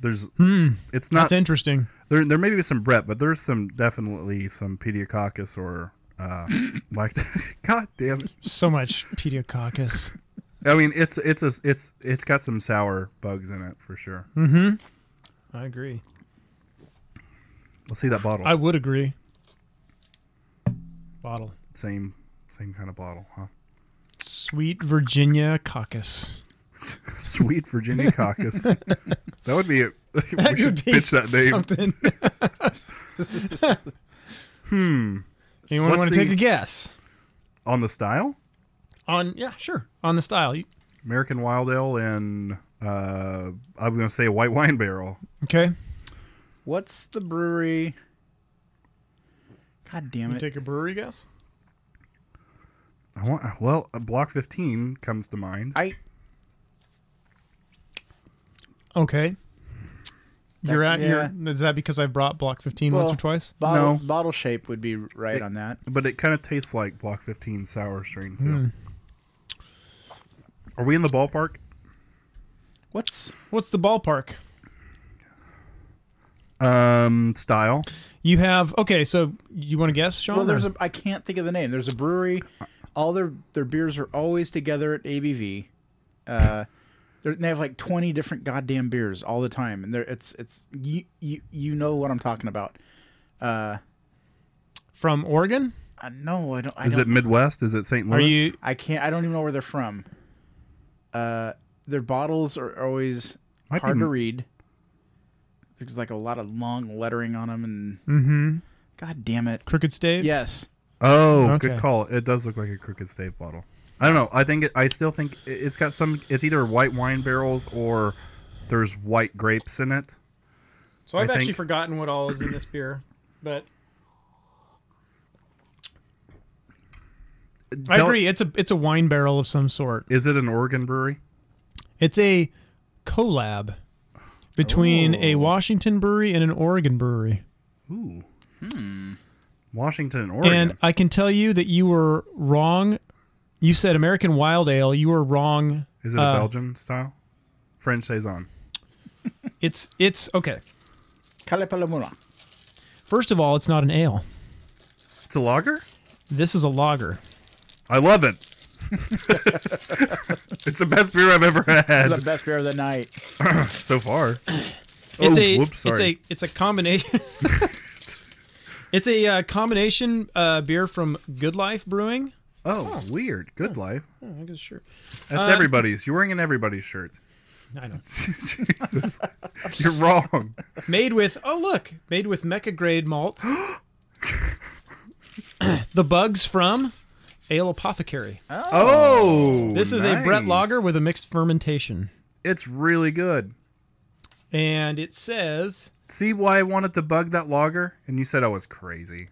There's it's not
That's interesting.
there. There may be some Brett, but there's some definitely some pediococcus or uh, [laughs] like God damn it.
So much Pediococcus.
I mean it's it's a it's it's got some sour bugs in it for sure.
I agree.
Let's see that bottle.
I would agree. Bottle.
same same kind of bottle, huh?
Sweet Virginia Caucus.
Sweet Virginia
[laughs]
Caucus. that would be. A, [laughs] we
That
should
could be
pitch that name.
Something.
[laughs]
hmm. Anyone
What's
want to take
the-
a guess
On the style,
on? Yeah, sure. On the style. You-
American Wild Ale and uh, I'm going to say White Wine Barrel.
Okay.
What's the brewery? God damn it!
Take a brewery guess.
I want well, Block 15 comes to mind.
I
Okay. You're at
That-
your. Is that because I brought Block 15
Well,
once or twice?
bottle,
No.
bottle shape would be right
It-
on that.
But it kind of tastes like Block 15 sour string too.
Hmm.
Are we in the ballpark?
What's
What's the ballpark?
Um, style.
You have okay. So you want to guess, Sean?
well? There's
or-
a I can't think of the name. There's a brewery. All their their beers are always together at ABV. Uh, they're- they have like 20 different goddamn beers all the time, and they're it's it's you you you know what I'm talking about. Uh,
from Oregon.
I Uh, no, I don't. I
Is
don't,
it Midwest? Is it St. Louis?
Are you
I can't. I don't even know where they're from. Uh, their bottles are always
Might be
hard to
m-
read. There's like a lot of long lettering on them, and God damn it!
Crooked Stave?
Yes,
Oh,
Okay.
good call. It does look like a crooked stave bottle. I don't know. I think it, I still think it- it's got some. It's either white wine barrels or there's white grapes in it.
So I've
I
actually
think-
forgotten what all is in this beer, but I
Don't-
agree. It's a it's a wine barrel of some sort.
Is it an Oregon brewery?
It's a collab between
Oh.
a Washington brewery and an Oregon brewery.
Ooh. Hmm. Washington and Oregon.
And I can tell you that you were wrong. You said American Wild Ale. You were wrong.
Is it a
uh,
Belgian style? French saison.
It's it's okay.
Kalepalamura.
First of all, it's not an ale.
It's a lager.
This is a lager.
I love
[laughs]
it. it's the best beer I've ever
The
had
best beer of the night.
so far.
It's
Oh,
a
whoops,
it's a
sorry.
it's a combination. [laughs] it's a uh, combination uh, beer from Good Life Brewing.
Oh, weird. Good life.
Oh, I guess sure.
That's
Uh,
everybody's. You're wearing an everybody's shirt. [laughs]
I know.
Jesus, you're wrong.
Made with oh look, made with mecha grade malt.
[gasps]
[coughs] the bugs from Ale Apothecary.
Oh,
This is a Brett
nice.
Lager with a mixed fermentation,
It's really good.
and it says
See why I wanted to bug that lager, and you said I was crazy.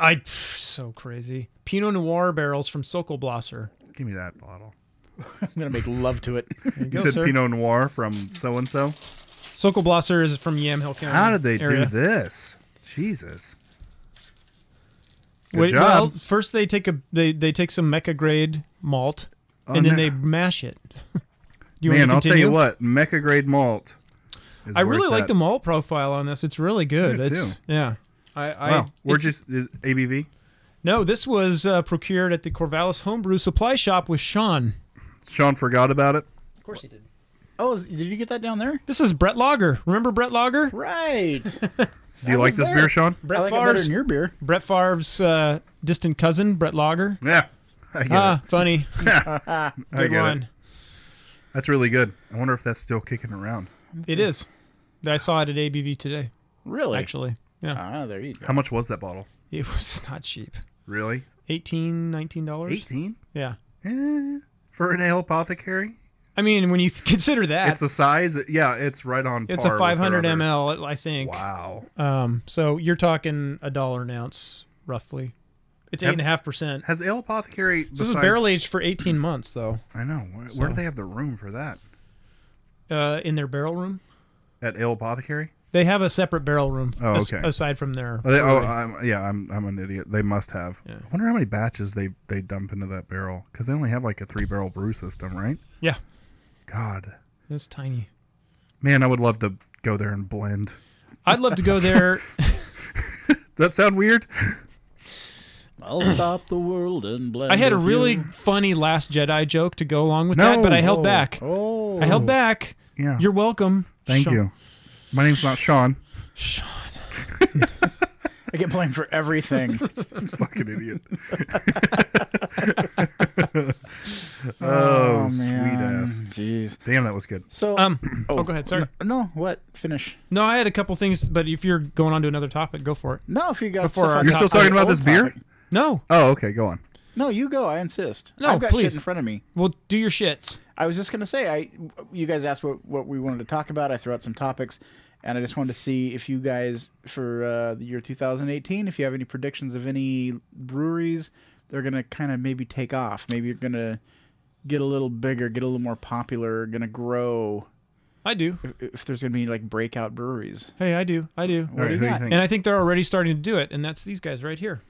I so crazy Pinot Noir barrels from Sokolblasser.
Give me that bottle.
I'm gonna make love to it.
There you
You
go,
said
sir.
Pinot Noir from so and so.
Sokolblasser is from Yamhill County.
How did they
Um, area.
do this? Jesus. Good
Wait,
job.
Well, first they take a they, they take some mecha grade malt, and then
Oh, no.
they mash it. [laughs] Do you
Man,
want to
I'll tell
continue?
you what, Mecha Grade Malt. is
I
where
really
it's
like
at.
the malt profile on this. It's really good.
Me
it's
too.
yeah. I, I
Wow, we're
it's-
just is ABV.
no. This was uh, procured at the Corvallis Homebrew Supply Shop with Sean.
Sean forgot about it.
Of course he did.
[laughs] Oh, is- did you get that down there?
This is Brett Lager. Remember Brett Lager?
Right.
Do you like this
there.
beer, Sean?
I
Brett
like it better
Favre's
than your beer.
Brett Favre's uh, distant cousin, Brett Lager.
Yeah. I get [laughs]
Ah, [laughs] funny.
it. I
Good
get it.
one.
That's really good. I wonder if that's still kicking around.
it is. I saw it at ABV today.
Really?
Actually, yeah.
Ah, there you go.
How much was that bottle?
It was [laughs] not cheap.
Really?
18 dollars.
18?
Yeah.
Eh, for an ale apothecary?
I mean, when you th- consider that,
It's a size. Yeah, it's right on
it's
par
a
with
500
their other-
ml, I think.
Wow.
Um, so you're talking a dollar an ounce, roughly. It's eight
Have-
and a half percent.
Has ale apothecary.
This is
besides-
barrel aged for 18 months, though,
I know. Where, where do they have the room for that?
uh, in their barrel room.
At ale apothecary?
They have a separate barrel room.
Oh,
as-
okay.
aside from their.
Oh, they, oh
brewery.
I'm, yeah, I'm I'm an idiot. They must have. I wonder how many batches they they dump into that barrel because they only have like a three barrel brew system, right?
yeah,
God,
it's tiny.
man, I would love to go there and blend.
I'd love to
[laughs]
go there.
Does that sound weird? [laughs]
I'll stop the world and blend.
I had a
with
really
you.
funny Last Jedi joke to go along with
No.
that, but I held back.
Oh.
I held back.
Yeah.
You're welcome.
Thank
Sean-
you. My name's not Sean.
Sean.
I get blamed for everything.
Fucking idiot. Oh, sweet
man.
ass.
Jeez.
Damn, that was good.
So
Um, oh, go ahead. Sorry.
no, what? Finish.
No, I had a couple things, but if you're going on to another topic, go for it.
No, if you got
Before
stuff
our
on
You're
top-
still talking
on
about
old
this beer?
topic.
No.
Oh, okay, go on.
No, you go. I insist.
No,
I've got
please.
shit in front of me.
Well, do your shits.
I was just gonna say, I you guys asked what what we wanted to talk about. I threw out some topics, and I just wanted to see if you guys for uh, the year 2018, if you have any predictions of any breweries, they're gonna kind of maybe take off. Maybe you're gonna get a little bigger, get a little more popular, gonna grow.
I do.
If, if there's gonna be like breakout breweries,
Hey, I do. I do.
All right,
do
who
you
do you
got?
think?
And I think they're already starting to do it, and that's these guys right here.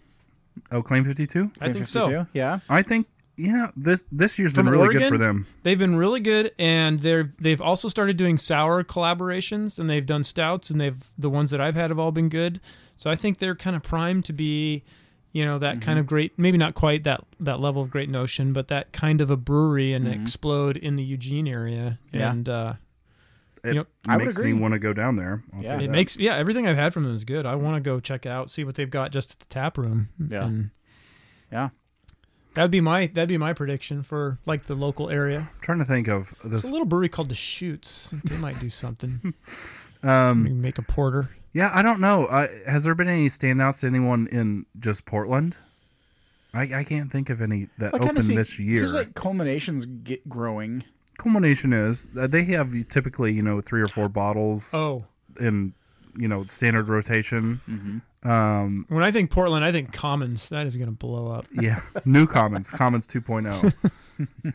Oh, Claim 52?
I think so.
52? Yeah.
I think, yeah, this this year's
From
been really good
Oregon?
for them.
They've been really good, and they're they've also started doing sour collaborations, and they've done stouts, and they've the ones that I've had have all been good. So I think they're kind of primed to be, you know, that
Mm-hmm.
kind of great, maybe not quite that that level of great notion, but that kind of a brewery and explode in the Eugene area.
Mm-hmm. Yeah.
And uh,
It
Yep.
I would
makes
agree.
me want to go down there. I'll
Yeah.
tell you
It
that.
makes yeah, everything I've had from them is good. I want to go check it out, see what they've got just at the tap room.
Yeah.
And
Yeah.
that'd be my that'd be my prediction for like the local area.
I'm trying to think of this.
There's a little brewery called the Shoots. They might do [laughs] something.
Um,
Maybe make a porter.
yeah, I don't know. Uh, has there been any standouts to anyone in just Portland? I, I can't think of any that
I kinda
opened
see-
this year.
Seems like culminations get growing.
Culmination is that they have typically, you know, three or four bottles
Oh,
in, you know, standard rotation. Um,
when I think Portland, I think Commons. That is gonna blow up.
yeah, [laughs] new commons, commons 2.0, oh. [laughs]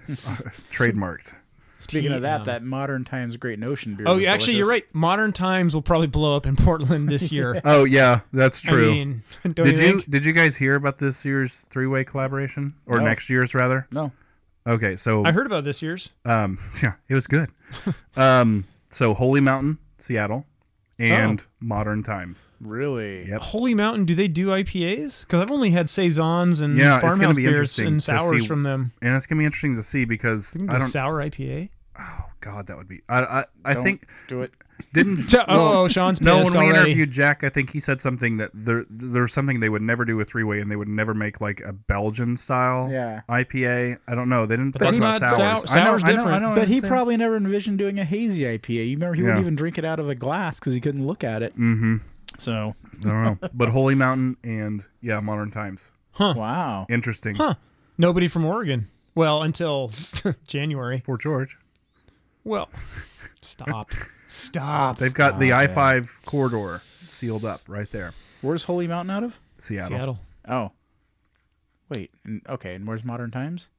trademarked.
Speaking of that,
Tea,
that modern times great notion beer.
Oh,
was
yeah, actually, you're
delicious.
right. Modern Times will probably blow up in Portland
[laughs]
this year.
Oh yeah, that's true.
I mean, [laughs] don't
did
you,
you
think?
did you guys hear about this year's three way collaboration or
No.
next year's rather?
No.
Okay, so
I heard about this year's.
um, [laughs] yeah, it
[laughs]
was good. um, so Holy Mountain, Seattle,
Oh.
and Modern Times.
Really?
Yep.
Holy Mountain, do they do IPAs? Because I've only had saisons and
Yeah, it's gonna
farmhouse
be
beers
interesting to
and sours
see-
from them.
And it's gonna be interesting to see because
They can do
I don't.
sour IPA.
Oh God, that would be. I I, I
Don't
think
do it.
[laughs]
didn't.
So- oh,
well,
oh, Sean's
no, when
pissed
we
already.
interviewed Jack, I think he said something that there there's something they would never do with three way, and they would never make like a Belgian style
Yeah.
IPA. I don't know. They didn't
that's
talk about
not-
sours.
sou-
I
sour's
know, I know, I
different.
know, I
But he
understand.
probably never envisioned doing a hazy IPA. You remember he
Oh, Yeah.
wouldn't even drink it out of a glass because he couldn't look at it. Mm-hmm. So
I don't
[laughs]
know. But Holy Mountain and yeah, Modern Times.
wow.
Interesting.
Nobody from Oregon. Well, until [laughs] January.
Poor George.
Well, stop. Stop.
They've got the I five corridor sealed up right there.
Where's Holy Mountain out of?
Seattle.
Seattle.
Oh, wait. n- Okay, and where's Modern Times?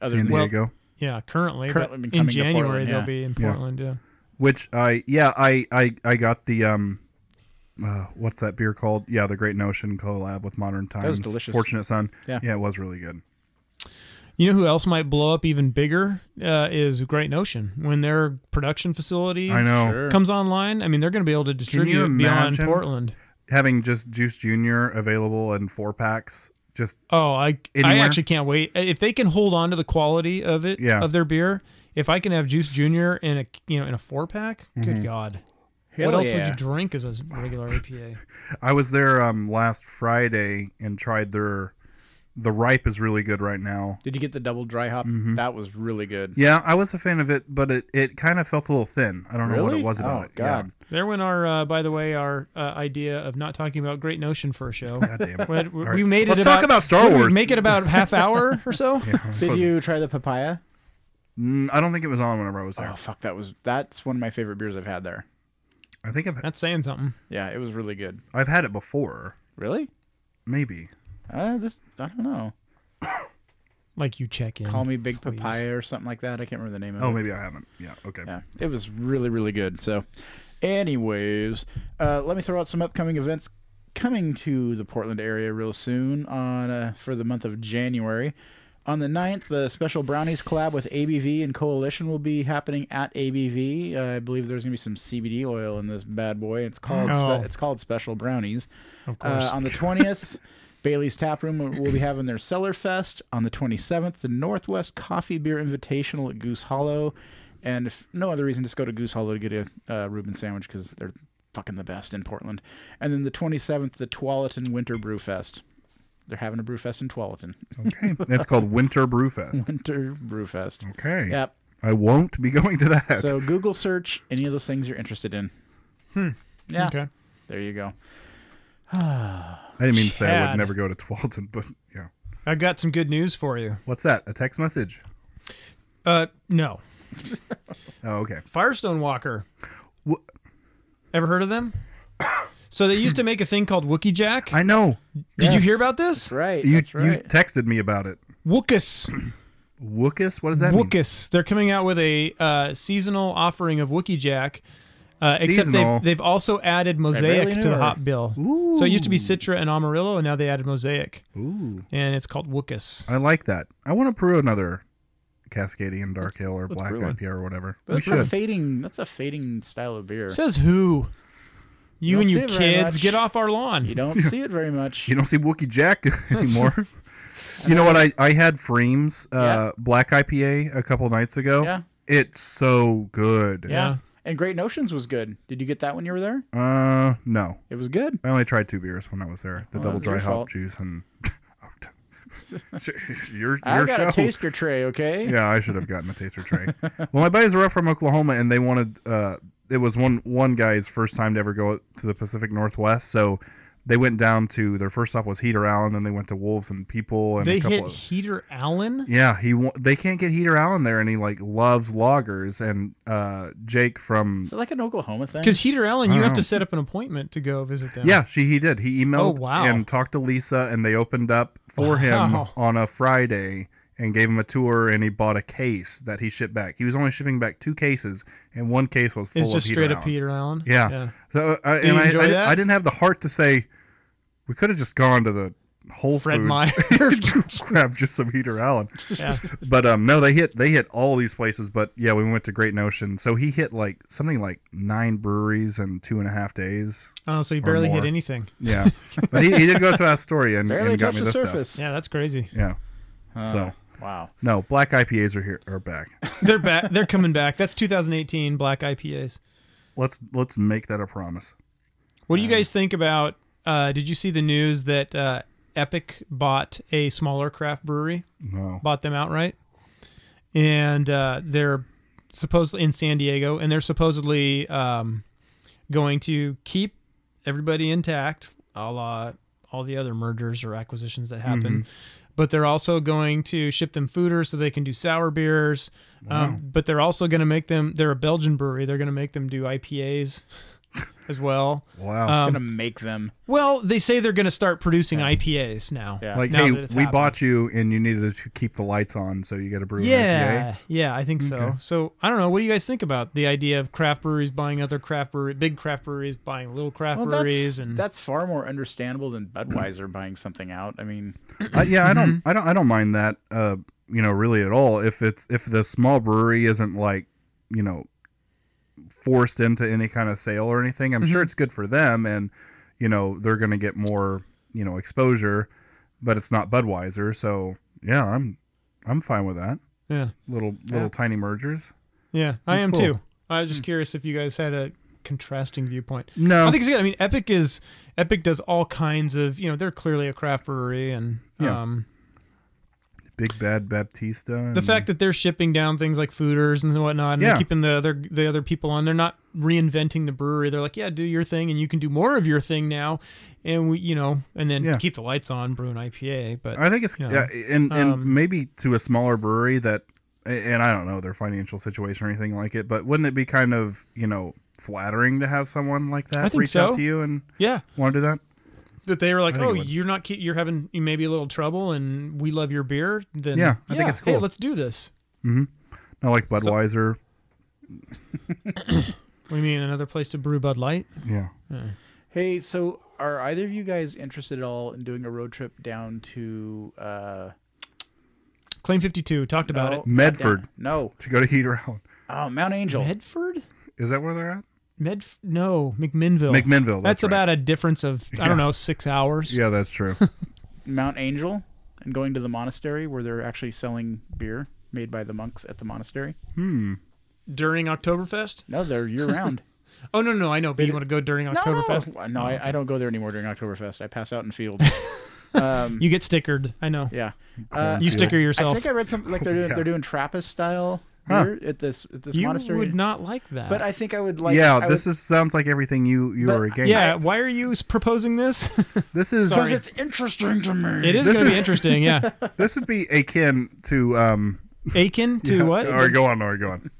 Other
San
than
Well-
Diego.
Yeah, currently.
Currently been
but
coming
in
to
January,
Portland,
they'll
yeah.
be in
Yeah.
Portland, yeah.
Which I yeah, I I, I got the um uh, what's that beer called? Yeah, the Great Notion collab with Modern Times.
was delicious.
Fortunate Son.
Yeah.
yeah, it was really good.
You know who else might blow up even bigger uh, is Great Notion. When their production facility
I know.
Sure.
comes online, I mean, they're going to be able to distribute it beyond
imagine?
Portland.
Having just Juice Junior available in four packs, just
Oh, I I
Anywhere?
actually can't wait. If they can hold on to the quality of it
Yeah.
of their beer, if I can have Juice Junior in a you know in a four pack, good god.
Hell
what else would
yeah.
you drink as a regular IPA?
I was there um last Friday and tried their the ripe is really good right now.
Did you get the double dry hop? That was really good.
Mm-hmm. Yeah, I was a fan of it, but it, it kind of felt a little thin. I don't know what
Really?
it was about
Oh,
it.
God.
there went our uh, by the way our uh, idea of not talking about Great Notion for a show.
Yeah. God damn
[laughs]
it.
We, had-
All
we
right.
made it
Let's
about,
talk about Star
what did we
Wars.
Make it about half [laughs] hour or so.
Did you try the papaya?
Mm, I don't think it was on whenever I was there.
Oh fuck, that was that's one of my favorite beers I've had there. Oh.
I think I've
That's saying something.
Yeah, it was really good.
I've had it before,
Really?
maybe.
Uh, this I don't know.
Like you check in.
Call me Big
please.
Papaya or something like that. I can't remember the name of it.
Oh, maybe I haven't. Yeah. Okay.
Mm. Yeah, it was really, really good. So, anyways, uh, let me throw out some upcoming events coming to the Portland area real soon on uh, for the month of January. On the 9th, the special brownies collab with ABV and Coalition will be happening at ABV. Uh, I believe there's going to be some CBD oil in this bad boy. It's called
Oh.
spe- it's called Special Brownies.
Of course.
Uh, on the 20th, Bailey's Tap Room will be having their Cellar Fest. On the 27th, the Northwest Coffee Beer Invitational at Goose Hollow. And if no other reason, just go to Goose Hollow to get a uh, Reuben sandwich because they're fucking the best in Portland. And then the 27th, the Tualatin Winter Brew Fest. They're having a brewfest in Twelleton.
Okay. That's called Winter Brewfest.
[laughs] Winter brewfest.
Okay.
Yep.
I won't be going to that.
So Google search any of those things you're interested in. Hmm. Yeah.
Okay.
There you go.
I didn't mean to say I would
Chad.
never go to Twalton, but yeah.
I got some good news for you.
What's that? A text message?
Uh, no.
Oh, okay.
Firestone Walker.
Wh-
Ever heard of them? so they used to make a thing called Wookie Jack.
I know.
Did you
Yes.
hear about this?
Right.
You
that's
you
right.
texted me about it.
Wookus.
Wookus? What does that mean?
Wookus. They're coming out with a uh, seasonal offering of Wookie Jack. Uh, except
Seasonal.
they've, they've also added
really
mosaic to
knew
the
her.
hop bill. So it used to be Citra and Amarillo, and now they added mosaic,
Ooh.
and it's called Wookus.
I like that. I want to brew another Cascadian Dark Ale or Black
brew one.
IPA or whatever. We
That's a
should.
fading. That's a fading style of beer.
Says who? You
Don't
and
see
your
it very
kids
much.
get off our lawn.
You [laughs] don't see it very much.
You don't see Wookie Jack [laughs] anymore. you know what? I, I had Freem's uh,
Yeah.
Black IPA a couple nights ago.
Yeah.
It's so good.
yeah. And Great Notions was good. Did you get that when you were there?
Uh, no.
It was good.
I only tried two beers when I was there. The
Well,
double
that's your
dry hop
fault.
juice
[laughs]
and [laughs] your your
I got
show.
a taste your tray, okay?
yeah, I should have gotten a taster tray. well, my buddies were up from Oklahoma, and they wanted. Uh, it was one one guy's first time to ever go to the Pacific Northwest, so they went down to their first stop was Heater Island, then they went to Wolves and People, and
They
a couple
hit
of,
Heater Allen.
yeah, he wa- they can't get Heater Allen there, and he like loves loggers. And uh, Jake from
Is it like an Oklahoma thing?
Because Heater Allen, you have
Oh.
to set up an appointment to go visit them.
yeah, she he did. He emailed
Oh, wow.
and talked to Lisa, and they opened up for him
Wow.
on a Friday and gave him a tour, and he bought a case that he shipped back. He was only shipping back two cases, and one case was full
It's
of
just
Heater
straight
Allen.
up Heater Allen.
Yeah. So
you
I, and I, I,
enjoy
di-
that?
I didn't have the heart to say we could have just gone to the Whole
Fred
Foods
Meyer.
[laughs] and grabbed just some Heater Allen.
Yeah.
But um, no, they hit they hit all these places. But yeah, we went to Great Notion. So he hit like something like nine breweries in two and a half days.
Oh, so you barely hit
more.
anything.
Yeah, but he, he did go to Astoria and,
Barely
and got me
touched the
this
surface.
Yeah, that's crazy.
stuff. Yeah. so
Wow.
no, black IPAs are here are back.
They're back. They're coming back. That's 2018 Black IPAs.
Let's let's make that a promise.
What do you guys think about? Uh, did you see the news that uh, Epic bought a smaller craft brewery,
No.
bought them outright, and uh, they're supposedly in San Diego, and they're supposedly um, going to keep everybody intact, a la all the other mergers or acquisitions that happen. But they're also going to ship them fooders so they can do sour beers. Um, but they're also going to make them. They're a Belgian brewery. They're going to make them do IPAs as well.
Wow.
gonna make them.
Well, they say they're going to start producing IPAs now.
Yeah.
like
Um, now
hey,
that it's
we
happened.
bought you and you needed to keep the lights on, so you got to brew. an IPA.
Yeah, yeah, I think so. So I don't know. What do you guys think about the idea of craft breweries buying other craft brewery, big craft breweries buying little craft
Well,
breweries,
that's,
and
that's far more understandable than Budweiser buying something out. I mean,
Uh, yeah, I don't, I don't, I don't mind that. Uh, you know, really at all. If it's if the small brewery isn't like, you know, forced into any kind of sale or anything, I'm sure it's good for them, and you know they're going to get more, you know, exposure. But it's not Budweiser, so yeah, I'm, I'm fine with that.
yeah,
Little little tiny mergers.
yeah, I
That's
am
cool. Hmm.
too. I was just curious if you guys had a contrasting viewpoint.
No,
I think it's good. I mean, Epic is Epic does all kinds of you know they're clearly a craft brewery, and
Yeah.
um,
Big Bad Baptista.
the fact that they're shipping down things like fooders and whatnot and they're
Mm-hmm. Yeah.
keeping the other the other people on they're not reinventing the brewery they're like yeah do your thing and you can do more of your thing now and we you know and then
Yeah.
keep the lights on brew an ipa but
I think it's
Yeah.
yeah, and and
Um,
maybe to a smaller brewery that, and I don't know their financial situation or anything like it, but wouldn't it be kind of you know flattering to have someone like that
I think
reach out
so.
to you and
yeah
want to do that?
that they were like
I think
oh
it would.
you're not ke- you're having maybe a little trouble and we love your beer then
Yeah, I think it's
hey,
cool.
let's do this
Not like Budweiser.
we mean another place to brew bud light
yeah.
hey, so are either of you guys interested at all in doing a road trip down to uh,
claim 52 talked about
no,
it
Medford
No,
to go to Heater Island.
oh Mount Angel.
medford
Is that where they're at?
med no mcminnville
McMinnville.
that's
That's, right.
about a difference of i
Yeah.
don't know six hours
Yeah, that's true.
Mount Angel and going to the monastery where they're actually selling beer made by the monks at the monastery.
during oktoberfest
No, they're year round.
Oh no, no, I know, but you want to go during
no,
[laughs] Oktoberfest? Oh, [laughs]
no, I, I don't go there anymore during Oktoberfest. I pass out in field. Um,
You get stickered. I know.
yeah. Uh,
You
Cool.
sticker
I
yourself.
think I read something like they're doing
Yeah.
they're doing Trappist style
Huh.
beer at this at this
you
monastery.
would not [laughs] like that.
but I think I would like.
yeah,
I
this
would,
is sounds like everything you you
But-
are against.
yeah. Why are you s- proposing
[laughs]
this?
this is
because it's interesting to me.
it is
This
going to be
is-
interesting.
[laughs]
Yeah.
this would be akin to um.
Aiken to what?
All right, go on. All right, go on.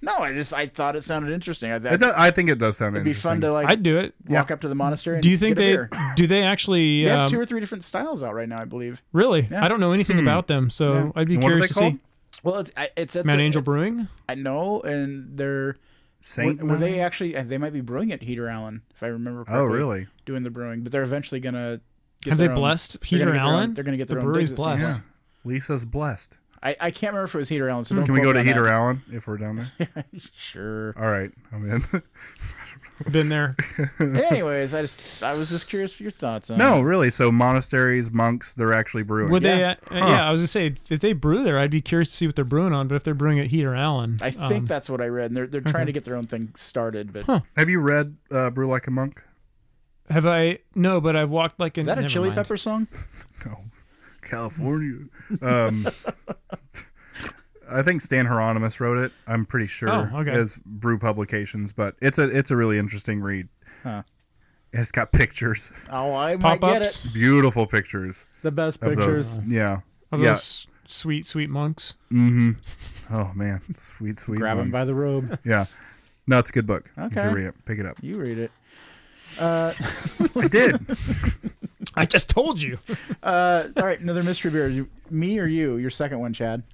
No, I just I thought it sounded interesting. I,
It
thought
does, I think it does sound
it'd be
interesting.
fun to like
I'd do it.
walk up to the monastery. And
Do you think
get a
they
beer.
do they actually
They have
um,
two or three different styles out right now, I believe.
really?
Yeah.
I don't know anything
Hmm.
about them, so I'd be
And what are
curious
they
to
called?
see.
Well, it's, I- it's at
Mount
the,
Angel
it's-
Brewing.
I know, and they're were,
Saint
were they
Mount?
actually uh, they might be brewing at Heater Allen if I remember correctly.
Oh, really?
Doing the brewing, but they're eventually gonna. Get
Have
their
they
own-
blessed
they're
Peter
gonna get their own-
Allen?
they're gonna get
the
their own
brewery's
digs at some
blessed.
point.
Yeah. Lisa's blessed.
I, I can't remember if it was Heater Allen. So
Hmm, Can we go to Heater Allen if we're down there?
Allen? [laughs] sure.
[laughs] All right, I'm in.
Been
[laughs]
there.
Anyways, I just I was just curious for your thoughts on.
[laughs] no, really. So monasteries, monks, they're actually brewing.
Would they?
Yeah.
Uh, uh, Yeah, I was gonna say if they brew there, I'd be curious to see what they're brewing on. But if they're brewing at Heater Allen,
I think
um,
that's what I read, and they're they're trying to get their own thing started. But
Huh.
Have you read uh, Brew Like a Monk? [laughs]
have I no, but I've walked like in.
is that a
never
Chili
mind.
Pepper song?
No, California. um, I think Stan Hieronymus wrote it. I'm pretty sure.
Oh, okay.
As Brew Publications, but it's a it's a really interesting read.
Huh.
And It's got pictures,
Oh, I might get it.
Pop-ups
beautiful pictures
The best
of
pictures.
those. Yeah.
of
yeah.
those sweet, sweet monks.
Mm-hmm. Oh man, sweet, sweet.
Grab him
ones.
by
[laughs]
the robe.
Yeah. No, it's a good book. You
Okay.
should read it. Pick it up.
You read it. Uh,
I did.
I just told you. [laughs]
uh, all right, another mystery beer. You, me or you? Your second one, Chad?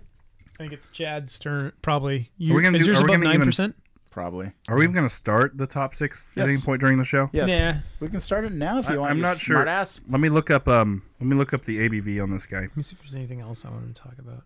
I think it's Chad Stern. Probably. You,
Are we gonna
is
do-
yours
are
above
we gonna even-
nine percent?
Probably.
Are we even going to start the top six at any
Yes.
point during the show?
Yes.
Yeah.
We can start it now if you
I-
want.
I'm
you
not sure.
smartass.
Let me look up. Um, let me look up the ABV on this guy.
Let me see if there's anything else I wanted to talk about.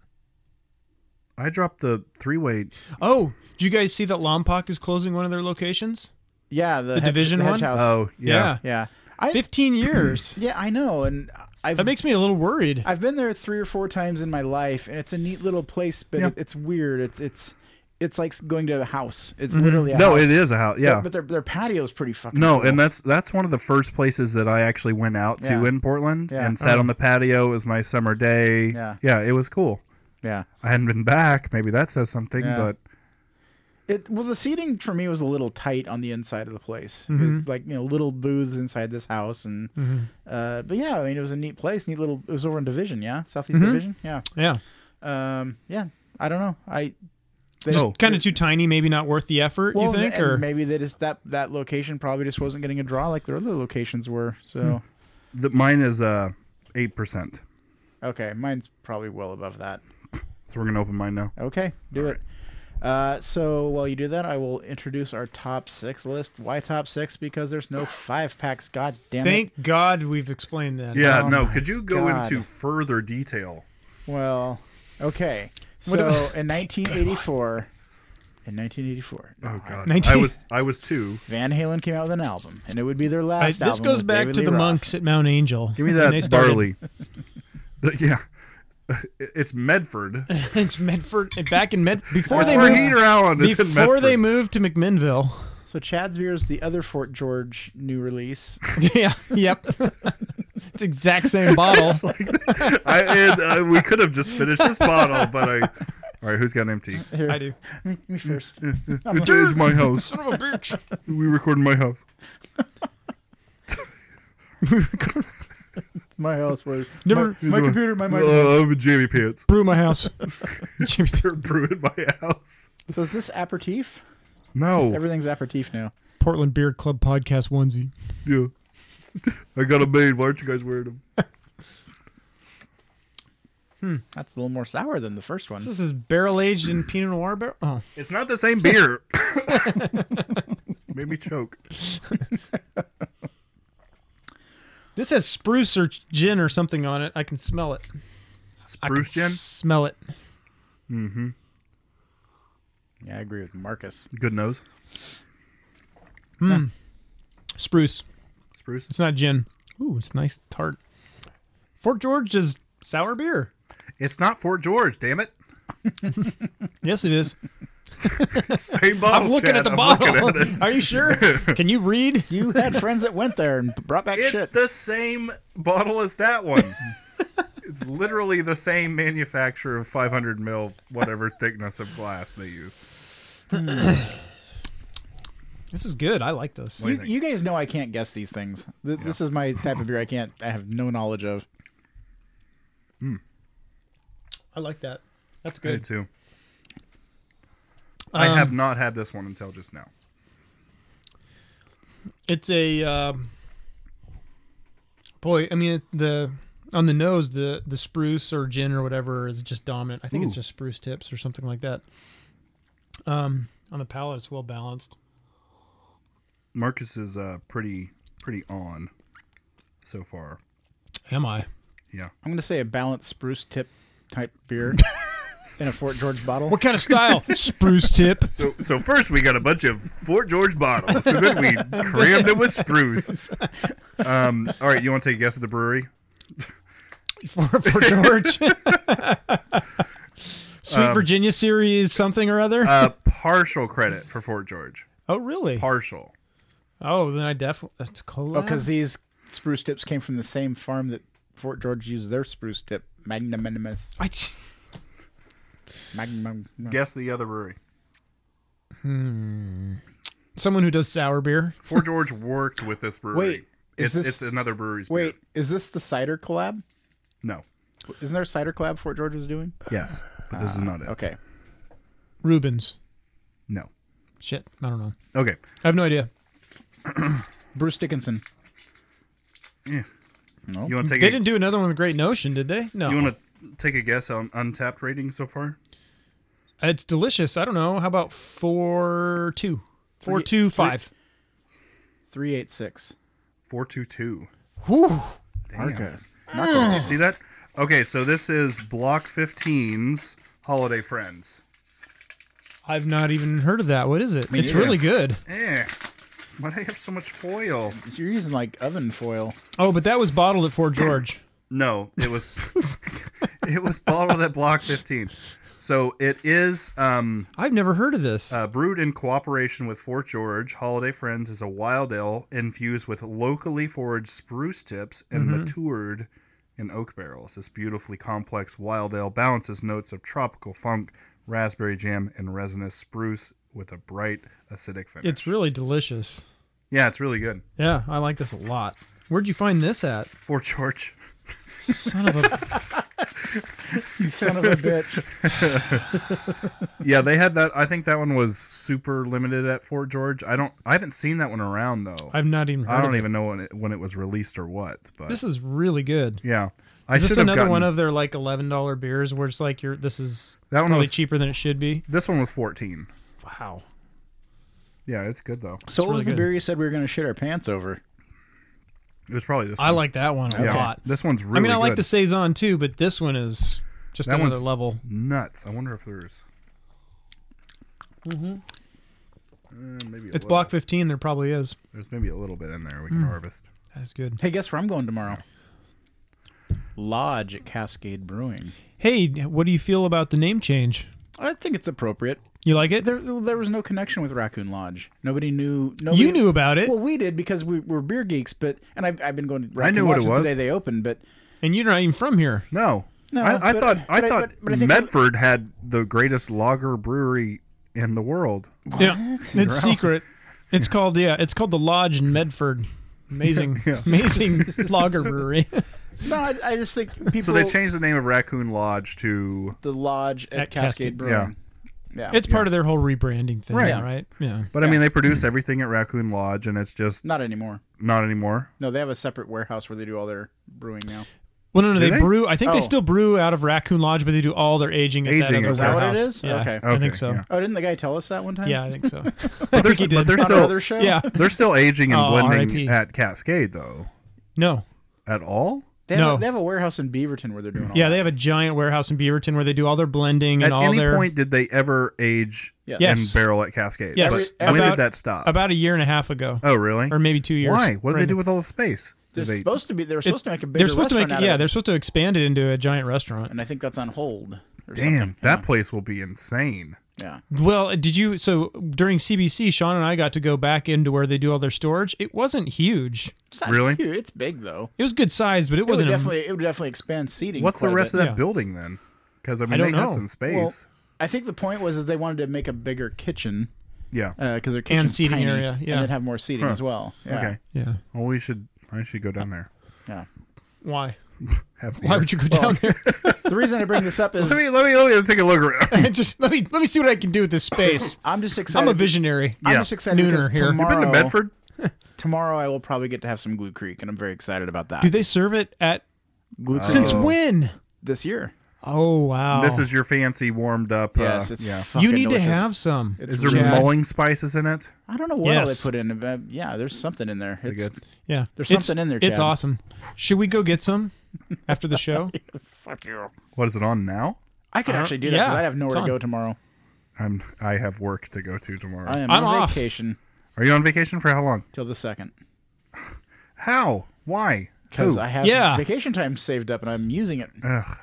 I dropped the three way.
Oh, did you guys see that Lompoc is closing one of their locations?
Yeah,
The
the, hedge-
division
the hedge
one?
House.
Oh yeah.
yeah. I
Fifteen years.
yeah, I know, and I've
that makes me a little worried.
I've been there three or four times in my life, and it's a neat little place, but
Yeah.
it, it's weird. It's it's it's like going to a house. It's literally a
Mm-hmm. No,
house.
it is a house. Yeah.
But, but their their patio's pretty fucking.
no,
cool.
and that's that's one of the first places that I actually went out to
Yeah.
in Portland
Yeah.
and sat on the patio. It was a nice summer day.
Yeah.
Yeah, it was cool.
yeah.
I hadn't been back. Maybe that says something.
Yeah.
But
It well, the seating for me was a little tight on the inside of the place. It's like you know little booths inside this house, and uh, but yeah, I mean it was a neat place, neat little. It was over in Division, yeah, Southeast Division, yeah,
yeah.
um, yeah. I don't know, I. They,
Just Oh.
Kind of too tiny, maybe not worth the effort.
well,
you think?
and
or
maybe they just that that location probably just wasn't getting a draw like their other locations were. So
the, mine is uh eight percent.
Hmm.
okay, mine's probably well above that.
So we're gonna open mine now.
Okay, do it. Uh, so while you do that, I will introduce our top six list. Why top six? Because there's no five packs. God damn it.
Thank God we've explained that.
Yeah.
Oh
no.
my
Could you go
God.
into further detail?
Well, okay.
[laughs]
So
What about-
in 1984, in 1984,
Oh God. I
19
was I was two.
Van Halen came out with an album, and it would be their
I-
last.
this
album
goes
with
back
David
to
Lee
the
Roth.
monks at Mount Angel.
Give me
when [laughs] they
that
started-
barley. [laughs] The- yeah, it's Medford.
it's Medford. Back in Med before they
Or
moved,
Heater Island is in
before they
Medford.
moved to McMinnville.
So Chad's beer is the other Fort George
[laughs]
new release.
[laughs] yeah. Yep. it's exact same [laughs] bottle.
I, and, uh, we could have just finished this bottle, but I. All right, who's got an empty?
Here,
I Mm. do.
me, me first.
It is my house.
Son of a bitch.
We record in my house.
my house was
Never-
my, my computer, my microphone.
Uh, I'm in jammy pants.
Brew my house. [laughs] Jimmy
They're brewing my house.
So is this aperitif?
No.
Everything's aperitif now.
Portland Beer Club podcast onesie.
yeah. [laughs] I got a made. Why aren't you guys wearing them?
That's a little more sour than the first one.
This is barrel aged in Pinot Noir barrel. Oh,
It's not the
[laughs]
same beer. Made me choke.
this has spruce or gin or something on it. I can smell it. I can
Spruce gin?
Smell it.
Yeah, I agree
[laughs]
with Marcus.
Good nose.
Spruce.
Spruce.
It's not gin. Ooh, it's nice tart. Fort George is sour beer.
It's not Fort George, damn it. [laughs]
Yes, it is.
Same bottle.
I'm looking
Chad,
at the
I'm
bottle.
looking at
[laughs]
it.
Are you sure? Can you read?
You had friends that went there and brought
[laughs]
back
It's
shit.
the same bottle as that [laughs] one. it's literally the same manufacturer of 500 mil [laughs] whatever thickness of glass they use.
This is good. I like this.
You, you guys know I can't guess these things. Th- This is my type of beer. I can't. I have no knowledge of.
I like that. That's
I do
good.
too. I have not had this one until just now.
It's a um, boy. I mean, it, the on the nose, the the spruce or gin or whatever is just dominant. I think it's
Ooh.
just spruce tips or something like that. Um, on the palate, it's well balanced.
Marcus is uh, pretty pretty on so far.
Am I?
Yeah.
I'm gonna say a balanced spruce tip type
[laughs]
beer in a Fort George bottle.
What kind of [laughs] style? spruce tip.
So [laughs] so first we got a bunch of Fort George bottles, and [laughs] then we crammed it with [laughs] spruce. Um, all right, you want to take a guess at the brewery?
for, [laughs] for George. Sweet Virginia series, something or other.
Uh, partial credit for Fort George.
oh, really?
Partial.
oh, then I definitely. That's cool.
Oh,
[laughs]
because these spruce tips came from the same farm that Fort George used their spruce tip. Magnum minimus.
I just-
Magnum.
Guess the other brewery.
someone who does sour beer.
Fort George worked with this brewery.
Wait,
it's
is this-
it's another brewery's.
Wait,
beer.
is this the cider collab?
no.
Isn't there a cider collab Fort George was doing?
Yes, but this is not it.
Ah, Okay.
Rubens.
No.
Shit, I don't know.
Okay.
I have no idea.
Bruce Dickinson.
Yeah.
No.
You want to take
They
a,
didn't do another one with Great Notion, did they? No.
you want to take a guess on untapped rating so far?
it's delicious. I don't know. How about four two? Four
Three-
two
three-
five.
386.
Four two two.
Whew.
Marco.
You see that? Okay, so this is Block 15's Holiday Friends.
I've not even heard of that. What is it? it's
neither.
really good.
Eh. Why'd I have so much foil?
You're using like
[laughs]
oven foil.
Oh, but that was bottled at
[clears throat]
Fort George.
No, it
[laughs]
was [laughs] it was bottled at Block 15. So it is um,
I've never heard of this.
Uh, brewed in cooperation with Fort George, Holiday Friends is a wild ale infused with locally foraged spruce tips and
Mm-hmm.
matured in oak barrels. This beautifully complex wild ale balances notes of tropical funk, raspberry jam, and resinous spruce with a bright acidic finish.
it's really delicious.
yeah, it's really good.
Yeah, I like this a lot. Where'd you find this at?
Fort George. [laughs]
Son of a
You son of a bitch.
Yeah, they had that. I think that one was super limited at Fort George. I don't. I haven't seen that one around though. I,
I've not even heard
don't
of it.
even know when it, when it was released or what. But
This is really good.
yeah, I
Is this
should have
another
gotten-
one of their like eleven dollar beers where it's like you're this is
That one
probably
was-
cheaper than it should be?
This one was 14.
Wow.
Yeah, it's good though.
So what
really
was the
good.
beer you said we were going to shit our pants over?
It was probably this.
I
one.
like that one a
Yeah,
lot.
This one's
I
really.
mean I like
good.
the Saison too, but this one is just
That
another
one's-
level.
nuts. I wonder if there's. Mm-hmm. maybe a
It's
little.
block fifteen, there probably is.
There's maybe a little bit in there we
Hmm.
can harvest.
That's good.
Hey, guess where I'm going tomorrow? Lodge at Cascade Brewing.
Hey, what do you feel about the name change?
I think it's appropriate.
You like it?
There, there was no connection with Raccoon Lodge. Nobody knew. Nobody,
You knew about it.
Well, we did because we were beer geeks. But and I've, I've been going to Raccoon
knew what
Lodge
it
since
was.
the day they opened. But
and you're not even from here.
No.
No,
I, I
but-
thought I
but I-
thought
but- but I think-
Medford had the greatest lager brewery in the world.
Yeah. It's secret.
[laughs]
It's called yeah, it's called the Lodge in Medford. Amazing
[laughs]
amazing lager brewery. [laughs]
no, I, I just think people.
So they changed the name of Raccoon Lodge to
the lodge at,
At
Cascade,
Cascade.
Brewing. Yeah,
It's part of their whole rebranding thing,
Right.
right? Yeah. Hmm.
but I mean they produce everything at Raccoon Lodge and it's just
not anymore.
[laughs]
not anymore.
No, they have a separate warehouse where they do all their brewing now.
Well, no, no, they,
they?
brew. I think they
Oh.
still brew out of Raccoon Lodge, but they do all their aging at that
Aging
other
is that what it
warehouse.
is?
Yeah,
Okay.
I
Okay,
think so.
yeah.
Yeah,
Oh, didn't the guy tell us that one time?
I think so.
[laughs] But there's
he
but
did.
they're
on
still
another show.
yeah.
they're still aging and
Oh,
blending
RIP.
at Cascade though.
No.
At all?
They have,
No.
a, they have a warehouse in Beaverton where they're doing all
Yeah, they
that.
have a giant warehouse in Beaverton where they do all their blending
At
and all
any
their.
point, did they ever age
Yes.
and
Yes.
barrel at Cascade?
Yes.
But
Every-
when
about-
did that stop?
about a year and a half ago,
oh, really?
or maybe two years.
uh, Why? What did they
Right.
do with all the space?
They're
Did they-
supposed to be. They're
It-
supposed to make a bigger
They're supposed to make.
restaurant out of
Yeah,
it,
they're supposed to expand it into a giant restaurant.
and I think that's on hold. Or
damn,
something.
that place will be insane.
Yeah.
Well, did you? So during CBC, Sean and I got to go back into where they do all their storage. It wasn't huge.
It's not
[laughs] Really?
huge. It's big though.
It was good size, but it
It would
wasn't. a-
definitely it would definitely expand seating.
What's the
quite a
rest
bit.
of that
yeah.
building then? Because I mean,
don't
they had
know.
some space.
Well, I think the point was that they wanted to make a bigger kitchen
yeah.
because their kitchen
seating area, yeah.
and then have more seating as well. uh, Yeah.
Okay.
yeah.
Well, we should. I should go down there.
Why?
Have
Why would you go down [laughs] there?
The reason I bring this up is
[laughs] Let me let me let me take a look around. [laughs]
just let me let me see what I can do with this space.
I'm just
[laughs]
excited.
I'm a visionary.
I'm
Yeah.
just excited because
Nooner here. You've been to
Been
tomorrow,
to Bedford?
tomorrow I will probably get to have some Glue Creek, and I'm very excited about that.
Do they serve it at
Glue Creek
since when?
this year?
Oh wow.
This is your fancy warmed up.
yes,
uh,
it's
yeah.
fucking
you need to
delicious.
have some.
It's
Is there
Jack.
mulling spices in it?
I don't know what all they
Yes.
put in. but yeah, there's something in there. It's,
good.
Yeah.
There's
It's-
something in there,
It's
Chad.
awesome. Should we go get some after the
[laughs]
show?
What is it on now?
I could
Uh,
actually do that because
yeah,
I have
it's
nowhere to
on.
go tomorrow.
I'm. I have work to go to tomorrow.
I am
I'm
on
off.
vacation
Are you on vacation for how long?
till the second
How? Why?
because
Who?
I have
Yeah.
vacation time saved up and I'm using it.
Ugh.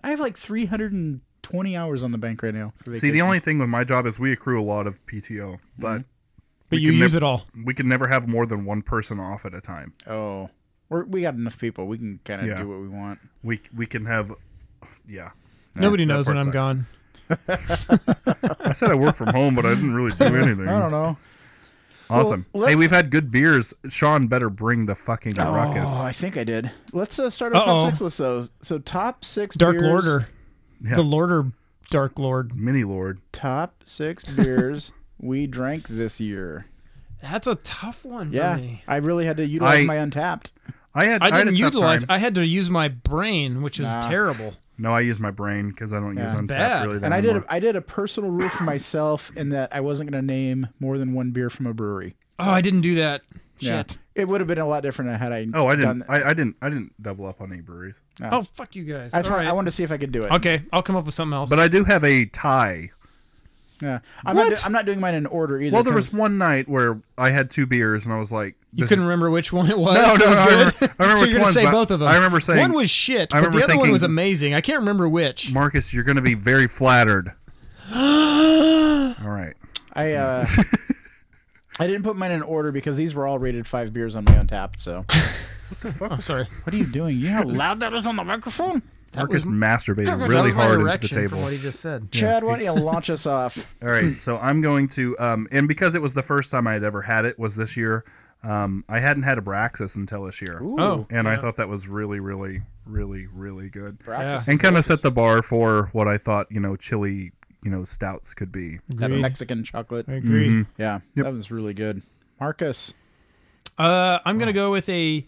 I have like 320 hours on the bank right now. For
See, the
vacation. Mm-hmm.
only thing with my job is we accrue a lot of PTO, but
But
We
you
can
use it
nev-
all.
we can never have more than one person off at a time.
oh, we're, we got enough people. We can kind of
Yeah.
do what we want.
We we can have. Yeah,
Nobody
that
knows when
part
I'm
sucks.
gone.
I said I work from home, but I didn't really do anything.
[laughs]
Mm.
I don't know.
Awesome.
Well,
hey,
let's-
we've had good beers. Sean, better bring the fucking ruckus.
Oh, I think I did. Let's uh, start our
Uh-oh.
top six list though. So top six
Dark
beers,
Lorder.
Yeah.
The Lorder Dark Lord.
Mini Lord.
Top six [laughs] beers we drank this year.
That's a tough one
Yeah,
for me.
I really had to utilize
I-
my untapped.
I had.
I
had
didn't
a tough
utilize.
time.
I had to use my brain, which is terrible.
No, I use my brain because I don't
Yeah.
use
It's
Untappd
bad.
really. That
And I did.
anymore.
A, I did a personal rule for myself in that I wasn't going to name more than one beer from a brewery.
Oh, I didn't do that.
Yeah.
Shit.
It would have been a lot different had I.
Oh, I didn't.
Done that.
I, I didn't. I didn't double up on any breweries.
Oh, fuck you guys.
That's
All
why I
right.
wanted to see if I could do it.
Okay, I'll come up with something else.
But I do have a tie.
Yeah. I'm
What?
Not do- I'm not doing mine in order either.
Well, there
'cause
was one night where I had two beers and I was like,
You
this-
couldn't remember which one it was.
No,
that
no,
was
I
good?
remember-
[laughs]
I
so
remember which
you're gonna
ones,
say
but
both of them.
I remember saying-
one was shit,
I
but the
remember
other one was
thinking-
amazing. I can't remember
[laughs]
which.
Marcus, you're going to be
[gasps]
very flattered. All right.
I. Uh, [laughs] I didn't put mine in order because these were all rated five beers on my untapped. So
Oh, sorry,
what are you doing? You know how loud that is on the microphone.
was-
Marcus masturbated really hard into the
erection
table.
from what he just said.
[laughs] Chad, why don't you launch us off?
All right, so I'm going to, um, and because it was the first time I had ever had it was this year. Um, I hadn't had a Braxis until this year,
Oh,
and I thought that was really, really, really, really good,
Braxis.
and kind of set the bar for what I thought you know chili you know stouts could be.
That Mexican chocolate.
agree.
Mm-hmm.
Yeah, that was really good. Marcus,
Uh, I'm gonna go with a.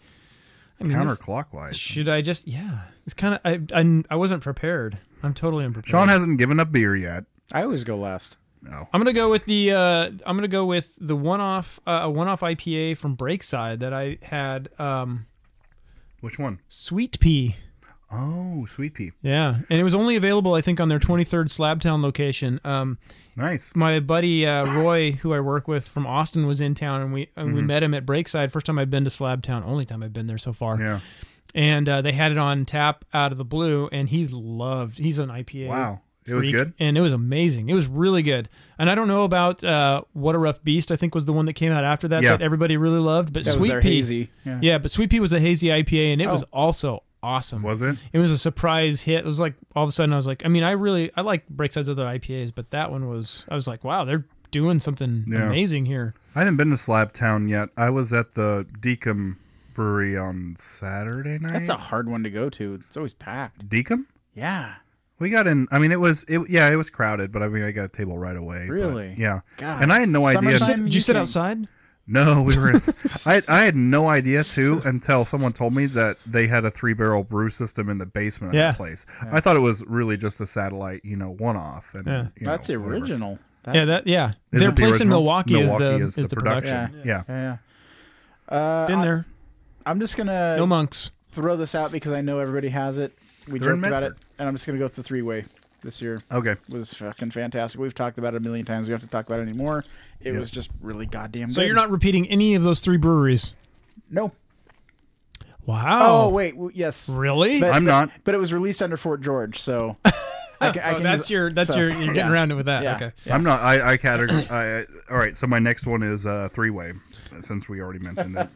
I mean, this-
Counterclockwise.
should I just? Yeah, it's kind of. I, I I wasn't prepared. I'm totally unprepared.
Sean hasn't given up beer yet.
I always go last.
No,
I'm gonna go with the. Uh, I'm gonna go with the one-off. Uh, a one-off IPA from Breakside that I had. Um,
which one?
sweet pea.
Oh, sweet pea.
Yeah, and it was only available, I think, on their 23rd Slabtown location. Um,
Nice.
my buddy uh, Roy, who I work with from Austin, was in town, and we and
Mm-hmm.
we met him at Breakside. First time I've been to Slabtown, only time I've been there so far.
Yeah.
And uh, they had it on tap out of the blue, and he loved. He's an IPA.
Wow. It was
freak,
good?
and it was amazing. It was really good. And I don't know about uh, What a Rough Beast. I think was the one that came out after that
Yeah.
that everybody really loved. But
That was
Sweet
their
Pea,
hazy. Yeah. Oh.
yeah, but Sweet Pea was a hazy IPA, and it was also awesome.
Was it?
It was a surprise hit. It was like all of a sudden I was like, I mean, I really I like Breakside's other IPAs, but that one was I was like, wow, they're doing something
Yeah.
amazing here.
I haven't been to Slab Town yet. I was at the Deacom Brewery on Saturday night.
That's a hard one to go to. It's always packed.
Deacom?
Yeah.
We got in. I mean, it was it. Yeah, it was crowded, but I mean, I got a table right away. but-
Really?
yeah.
God.
And I had no idea.
Summertime-
Did you sit
Amazing.
outside?
No, we were. I I had no idea
[laughs]
too until someone told me that they had a three barrel brew system in the basement of
Yeah.
that place. I thought it was really just a satellite, you know, one off. And
Yeah.
you know,
That's
whatever.
original. That-
Yeah, that yeah.
Is
Their
it the
place in
original?
Milwaukee, is the is, the, production.
production. Yeah.
yeah. yeah. Uh,
Been there.
I'm just gonna
No monks.
throw this out because I know everybody has it. We
They're in
joked about it,
Medford.
and I'm just gonna go with the three way. This year
Okay.
was fucking fantastic. We've talked about it a million times. We don't have to talk about it anymore. It was just really goddamn.
So
good.
you're not repeating any of those three breweries.
No.
Wow.
Oh, wait. w yes.
Really?
But-
I'm not.
[laughs]
But it was released under Fort George, so I can, I
Oh,
can
that's
use-
your that's
so,
your you're getting
yeah.
around it with that.
Yeah.
Okay.
I'm not. I I categor. I, all right. So my next one is uh, three way, since we already mentioned it.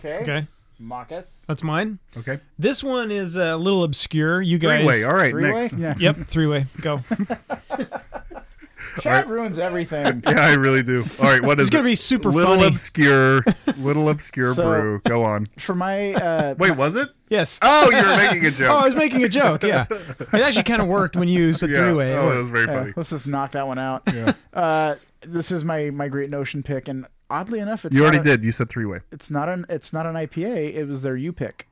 Okay.
Okay.
Marcus.
That's mine.
Okay.
This one is a little obscure. You guys.
Three way. All right.
Three way?
Next.
Yeah.
Yep. Three way. Go.
Chad ruins everything.
[laughs] [laughs] Yeah, I really do. All right. What is
It's gonna
it?
be super
little
funny. [laughs]
obscure, little obscure
So-
brew. Go on.
For my uh
Wait, was it?
yes.
Oh, you
[laughs]
were making a joke.
Oh, I was making a joke. Yeah. It actually kind of worked when you said
yeah.
three way.
Oh, that was very funny.
Yeah, uh, let's just knock that one out. Uh, this is my my Great Notion pick, and oddly enough, it's
You
not
already
a-
did. You said three way.
It's not an it's not an IPA. It was their U pick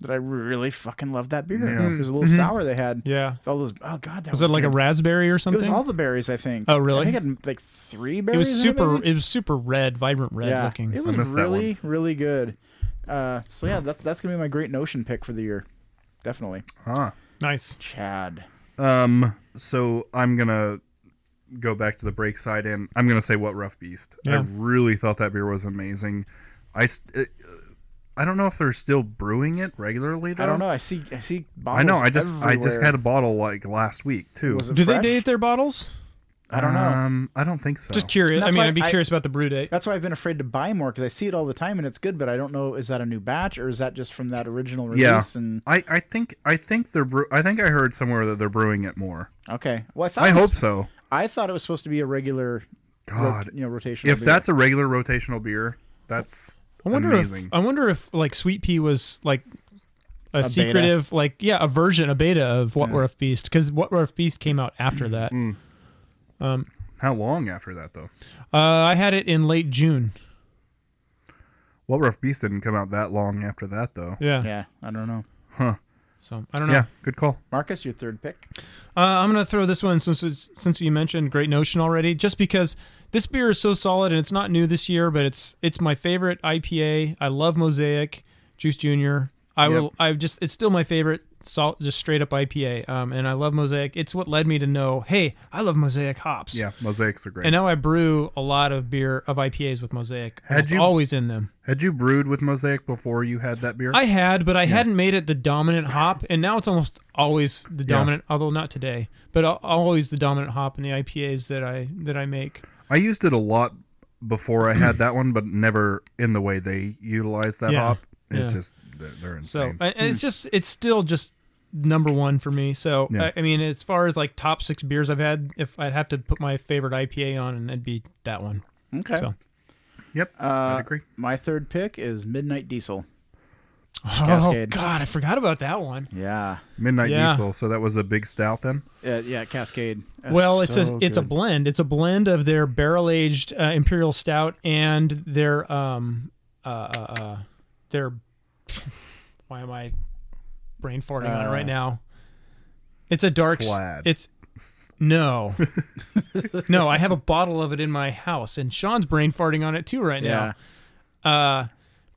that I really fucking loved that beer.
Yeah. Mm-hmm.
It was a little sour they had.
Yeah.
With all those oh god, that
Was
was,
it like a
good.
raspberry or
It
something?
was all the berries, I think.
Oh, really?
I think it had like three berries.
It was
in
super.
maybe?
It was super red, vibrant red
yeah,
looking.
it was
missed that
really really good. Uh, so yeah, that, that's gonna be my Great Notion pick for the year, definitely.
Ah.
nice.
Chad.
Um. So I'm gonna go back to the break side, and I'm gonna say what rough beast. I
Yeah.
really thought that beer was amazing. I. s- uh, I don't know if they're still brewing it regularly. Though.
I don't know. I see. I see.
I
Bottles
know. I just I just
everywhere.
had a bottle like last week too.
Was it
Do
fresh?
they date their bottles?
I don't know.
Um, I don't think so.
Just curious. I
That's
mean,
why
I'd be
I-
curious about the brew date.
That's why I've been afraid to buy more because I see it all the time and it's good, but I don't know is that a new batch or is that just from that original release?
Yeah.
And
I, I think I think they're brew- I think I heard somewhere that they're brewing it more.
okay, well I thought
I
it was-
hope so.
I thought it was supposed to be a regular, rot-
God,
you know, rotational.
if
beer.
that's a regular rotational beer, that's
I wonder
amazing.
if I wonder if like Sweet Pea was like a,
beta.
secretive like yeah a version a beta of What Were If Beast because What Were If Beast came out after that.
Mm. How long after that though?
Uh, I had it in late June.
Well, Rough Beast didn't come out that long after that though.
Yeah.
yeah, I don't know.
So I don't know.
Yeah, good call.
Marcus, your third pick.
Uh, I'm gonna throw this one since it's- since you mentioned Great Notion already, just because this beer is so solid and it's not new this year, but it's it's my favorite IPA. I love Mosaic Juice Junior. I will. I just it's still my favorite salt, just straight up IPA. Um, and I love Mosaic. It's what led me to know, hey, I love Mosaic hops.
Yeah, mosaics are great.
And now I brew a lot of beer of IPAs with Mosaic.
Had
Almost
you-
always in them.
Had you brewed with mosaic before you had that beer?
I had, but I hadn't made it the dominant hop, and now it's almost always the dominant. Although not today, but al- always the dominant hop in the IPAs that I that I make.
I used it a lot before I had that one, but never in the way they utilize that
Yeah.
hop. It
Yeah.
just they're, they're
So uh,
insane.
I- and it's just it's still just number one for me. So
Hmm. Yeah.
I, I mean, as far as like top six beers I've had, if I'd have to put my favorite IPA on, and it'd be that one.
Okay,
So
yep,
Uh,
I agree.
my third pick is Midnight Diesel.
oh
Cascade.
god, I forgot about that one.
Yeah,
Midnight
Yeah.
Diesel. So that was a big stout then.
uh, yeah, Cascade. That's
Well, it's
so
a it's a
good.
blend. It's a blend of their barrel aged uh, imperial stout and their um uh, uh, uh their [laughs] why am I brain farting on it
Uh,
right now? It's a dark. s-
Plaid.
It's
[laughs]
no, no. I have a bottle of it in my house, and Sean's brain farting on it too right
yeah.
now. Uh,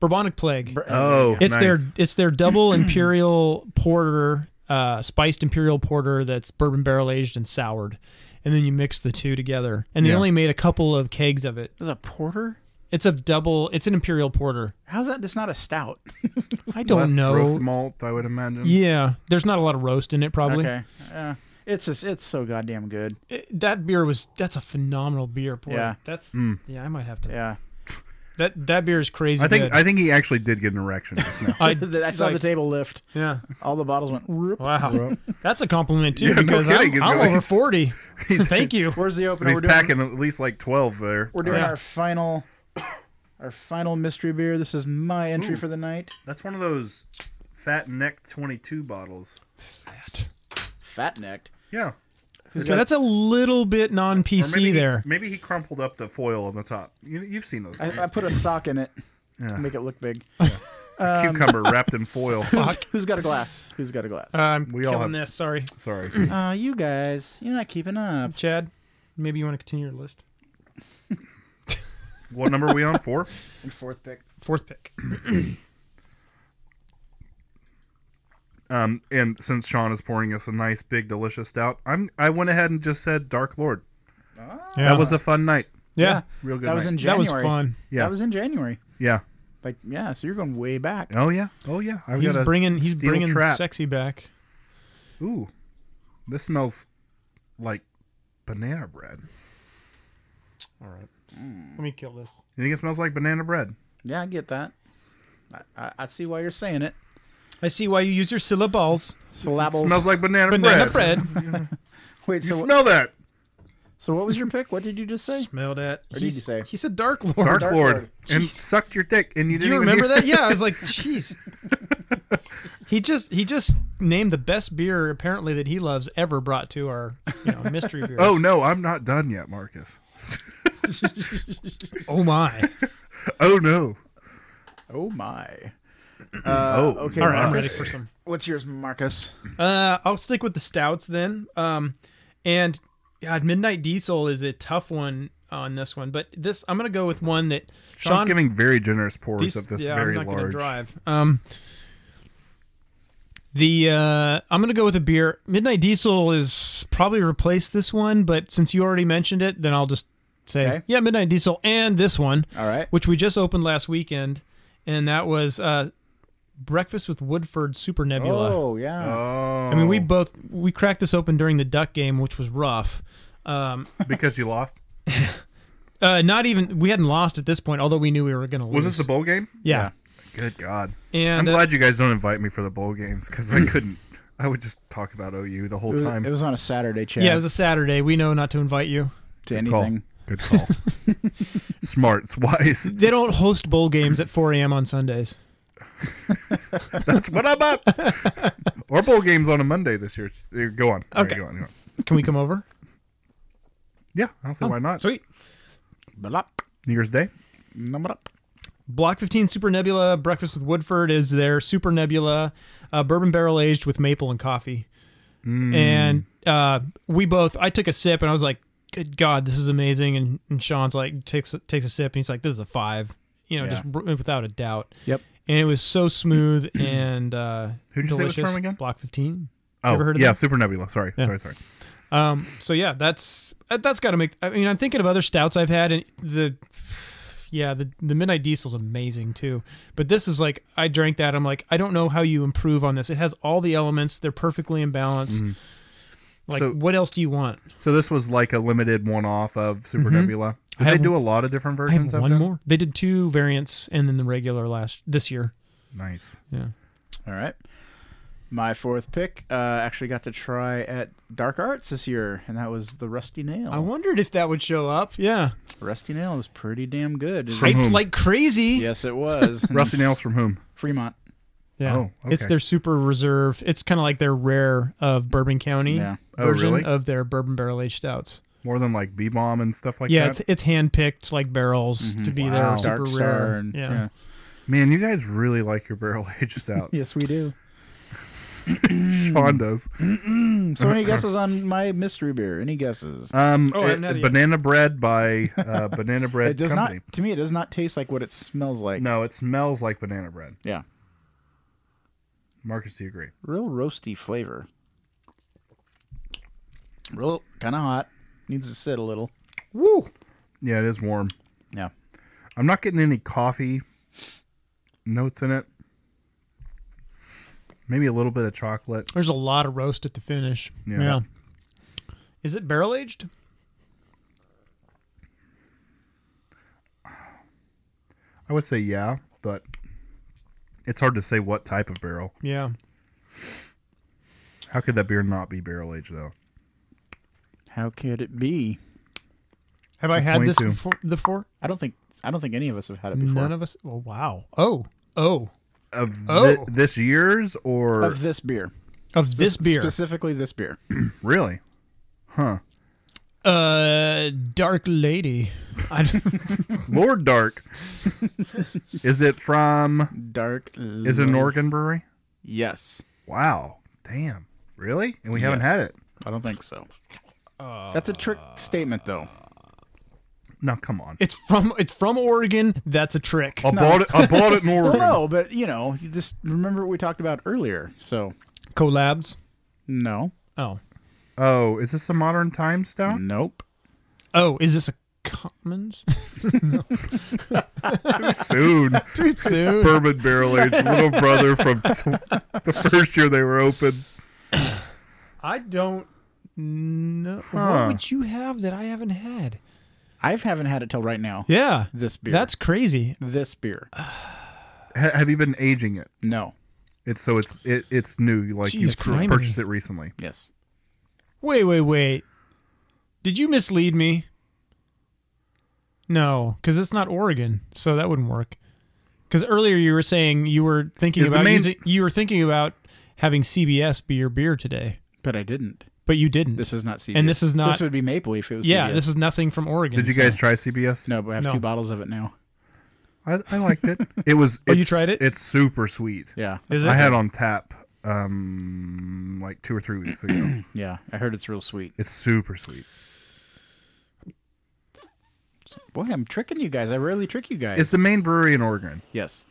Bourbonic plague.
uh,
Oh,
It's their
nice.
it's their
[clears throat]
double imperial porter, uh, spiced imperial porter that's bourbon barrel aged and soured, and then you mix the two together. And they
Yeah.
only made a couple of kegs of it.
Is a porter?
It's a double. It's an imperial porter.
How's that? It's not a stout.
I don't
Less roast
know.
malt. I would imagine.
Yeah, there's not a lot of roast in it. Probably
okay, yeah. It's just, it's so goddamn good.
It- that beer was that's a phenomenal beer. Porter.
Yeah.
that's yeah. I might have to.
Yeah,
That that beer is crazy.
Mm. I think
good.
I think he actually did get an erection just
[laughs]
now.
I,
I saw the table lift.
[laughs]
yeah.
All the bottles went. Roop.
Wow, that's a compliment too
Yeah, no
because
kidding.
I'm,
It's
I'm
really-
over forty.
[laughs] He's-
Thank you.
Where's the
But
opener?
he's
We're doing
packing at least like twelve there.
We're doing
Yeah.
our final, [coughs] our final mystery beer. This is my entry for the night.
That's one of those fat neck twenty two bottles.
Fat necked.
Yeah.
Okay, that's a little bit non
Or maybe he-
PC there.
Maybe he crumpled up the foil on the top. You, you've seen those
I, I
things.
put a sock in it. to Make it look big.
cucumber wrapped
[laughs]
in foil.
Who's got a glass? Who's got a glass?
Uh, I'm
We all
killing
have-
this. Sorry,
Sorry.
Uh, you guys, you're not keeping up.
Chad. Maybe you want to continue your list.
What number are we on? Four.
Fourth pick.
Fourth pick.
Um, and since Sean is pouring us a nice big delicious stout, I'm I went ahead and just said Dark Lord.
Yeah.
That was a fun night.
yeah.
Real good.
That was
night.
in
Uh-huh. That
January.
was fun.
Yeah.
That was in January.
yeah.
Like yeah, so you're going way back.
Oh yeah. Oh yeah. I've
He's
got a
bringing he's
steel
bringing
trap.
sexy back.
Ooh. This smells like banana bread.
All right. Let me kill this.
You think it smells like banana bread?
Yeah, I get that. I, I, I see why you're saying [laughs] it.
I see why you use your syllables.
Syllables.
smells like banana,
Banana
bread.
bread.
[laughs]
Wait, [laughs]
You
so
smell that?
so what was your pick? What did you just say?
Smelled it.
did you say?
He's a dark lord.
Dark,
Dark
Lord,
Lord.
and
Jeez.
sucked your dick, and you
Do
didn't
you
even
remember
hear-
that?
[laughs]
Yeah, I was like, jeez. he just he just named the best beer apparently that he loves ever brought to our you know, mystery beer.
Oh no, I'm not done yet, Marcus.
oh my!
Oh no.
Oh my.
oh,
okay.
All right, I'm
my.
ready for some.
What's yours, Marcus?
Uh, I'll stick with the stouts then. Um, and God, Midnight Diesel is a tough one on this one, but this I'm gonna go with one that
Sean's
Sean
giving very generous pours
These-
of this
yeah,
very
I'm not
large.
Gonna drive. Um, the uh, I'm gonna go with a beer. Midnight Diesel is probably replaced this one, but since you already mentioned it, then I'll just say
Okay.
yeah, Midnight Diesel and this one,
All right.
which we just opened last weekend, and that was uh, Breakfast with Woodford Super Nebula.
Oh yeah.
Oh,
I mean,
[laughs]
we both we cracked this open during the Duck game, which was rough. Um,
because you lost.
uh, not even we hadn't lost at this point, although we knew we were gonna lose.
Was this the bowl game?
yeah.
Good God!
And
I'm
uh,
glad you guys don't invite me for the bowl games because I couldn't. I would just talk about OU the whole
it, was,
time.
it was on a Saturday, Chad.
yeah, it was a Saturday. We know not to invite you.
to
Call.
anything.
Good call. Smart, it's wise.
They don't host bowl games at 4 a.m. on Sundays.
That's what I'm up. or bowl games on a Monday this year. Go on. All right,
Okay.
go on, go on.
Can we come
[laughs]
over?
Yeah, I don't see why not.
Sweet.
Blah,
New Year's Day.
blah, blah.
Block 15 Super Nebula Breakfast with Woodford is their Super Nebula uh, bourbon barrel aged with maple and coffee.
Mm.
And uh, we both, I took a sip and I was like, good God, this is amazing. And, and Sean's like, takes, takes a sip and he's like, this is a five, you know,
Yeah.
just br- without a doubt.
Yep.
And it was so smooth [clears throat] and uh,
Who'd you say it was
delicious.
from again?
Block 15.
Oh,
ever heard of
yeah,
them?
Super Nebula. Sorry, sorry, sorry.
Um, so yeah, that's that- that's got to make. I mean, I'm thinking of other stouts I've had, and the yeah, the the Midnight Diesel's amazing too. But this is like I drank that. I'm like, I don't know how you improve on this. It has all the elements. They're perfectly in balance. Like,
Mm-hmm. So-
what else do you want?
So this was like a limited one-off of Super Nebula. Did
Mm-hmm. I
they
have-
do a lot of different
I
versions
have
of
one
that?
more. They did two variants, and then the regular last this year.
Nice.
Yeah.
All right. My fourth pick uh, actually got to try at Dark Arts this year, and that was the Rusty Nail.
I wondered if that would show up. Yeah.
Rusty Nail was pretty damn good.
Hyped
whom?
like crazy.
yes, it was. [laughs]
Rusty nails from whom?
Fremont.
Yeah.
Oh,
It's
okay.
their super reserve. It's kind of like their rare of Bourbon County
Yeah.
Oh,
version
really?
of their bourbon barrel aged stouts.
More than like B bomb and stuff like
yeah,
that. Mm-hmm.
it's it's handpicked like barrels to be
Wow.
their super
Dark
rare.
Star. And,
yeah.
Man, you guys really like your barrel [laughs] aged out.
Yes, we do.
Mm.
Sean does.
So, [clears throat] any guesses on my mystery beer? Any guesses?
Um,
Oh, I
it-
haven't had it yet.
banana bread by
[laughs]
uh, Banana Bread
it does
Company.
not. To me, it does not taste like what it smells like.
No, it smells like banana bread.
Yeah.
Marcus, do you agree?
Real roasty flavor. Real kind of hot. Needs to sit a little.
Woo.
Yeah, it is warm.
Yeah.
I'm not getting any coffee notes in it. Maybe a little bit of chocolate.
There's a lot of roast at the finish.
Yeah.
Yeah. Is it barrel aged?
I would say yeah, but it's hard to say what type of barrel.
Yeah.
How could that beer not be barrel aged though?
How could it be?
Have I had this
22.
before? before?
I don't think. I don't think any of us have had it before.
None of us. Oh wow. Oh oh.
Of thi-
Oh.
this year's or
of this beer.
Of this beer,
Specifically this beer.
really? Huh.
uh, Dark Lady. I [laughs]
Lord
[laughs]
Dark. is it from
Dark.
is it an Oregon brewery?
Yes.
Wow. Damn. Really? And we haven't
Yes.
had it.
I don't think so. That's a trick
Uh,
statement, though.
No, come on.
it's from it's from Oregon. That's a trick.
I bought it I bought it in Oregon.
Well, [laughs] no, but you know, you just remember what we talked about earlier. So,
Collabs.
no,
Oh.
Oh, is this a modern time stout?
[laughs] nope.
Oh, is this a [laughs] commons?
Soon.
Too soon.
Bourbon barrel aged little [laughs] brother from t- the first year they were open.
I don't No,
Huh.
what would you have that I haven't had?
I haven't had it till right now.
Yeah,
This beer.
that's crazy.
this beer.
Ha- have you been aging it?
No.
It's so it's it, it's new. Like you
Jeez, criminy.
purchased it recently.
Yes.
Wait, wait, wait. Did you mislead me? No, because it's not Oregon, so that wouldn't work. Because earlier you were saying you were thinking
Is the
about
main-
using, you were thinking about having CBS be your beer today,
But I didn't.
but you didn't.
This is not CBS.
And this is not-
This would be maple if it was.
yeah,
CBS.
this is nothing from Oregon.
Did you
so-
guys try CBS?
No, but I have
No.
two bottles of it now.
I, I liked
[laughs]
it. It was.
Oh, you
it's-
tried it?
It's super sweet.
Yeah.
Is it?
I had on tap um like two or three
[clears throat]
weeks ago.
Yeah. I heard it's real sweet.
it's super sweet.
Boy, I'm tricking you guys. I rarely trick you guys.
It's the main brewery in Oregon.
yes.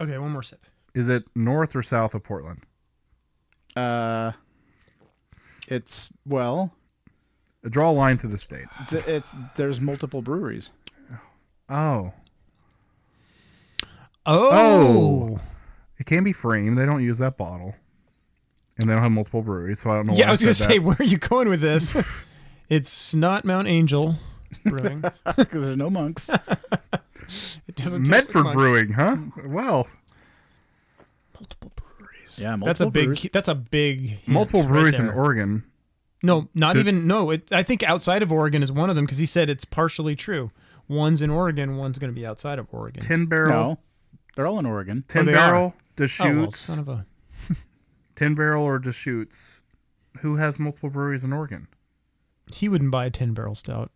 okay, one more sip.
Is it north or south of Portland?
Uh, it's well,
Uh, Draw a line to the state.
th- it's there's multiple breweries. [laughs]
Oh,
Oh,
it can be framed. They don't use that bottle, and they don't have multiple breweries, so Oh, I don't know.
yeah.
why
I was gonna
said
say,
that.
where are you going with this? [laughs] it's not Mount Angel
[laughs]
Brewing.
because there's
[laughs]
no monks.
It doesn't taste
Medford
like Hmm. much.
Brewing, huh? Well,
Multiple breweries.
Yeah, multiple
That's a big.
breweries.
key- That's a big. hint
multiple
right
breweries in
there.
Oregon.
No, not
Did-
even. No, it, I think outside of Oregon is one of them because he said it's partially true. One's in Oregon, one's going to be outside of Oregon.
Tin barrel,
No, they're all in Oregon.
tin
they
barrel,
Oh, well,
Deschutes,
son of a.
tin barrel or Deschutes. Who has multiple breweries in Oregon?
He wouldn't buy a 10 barrel stout.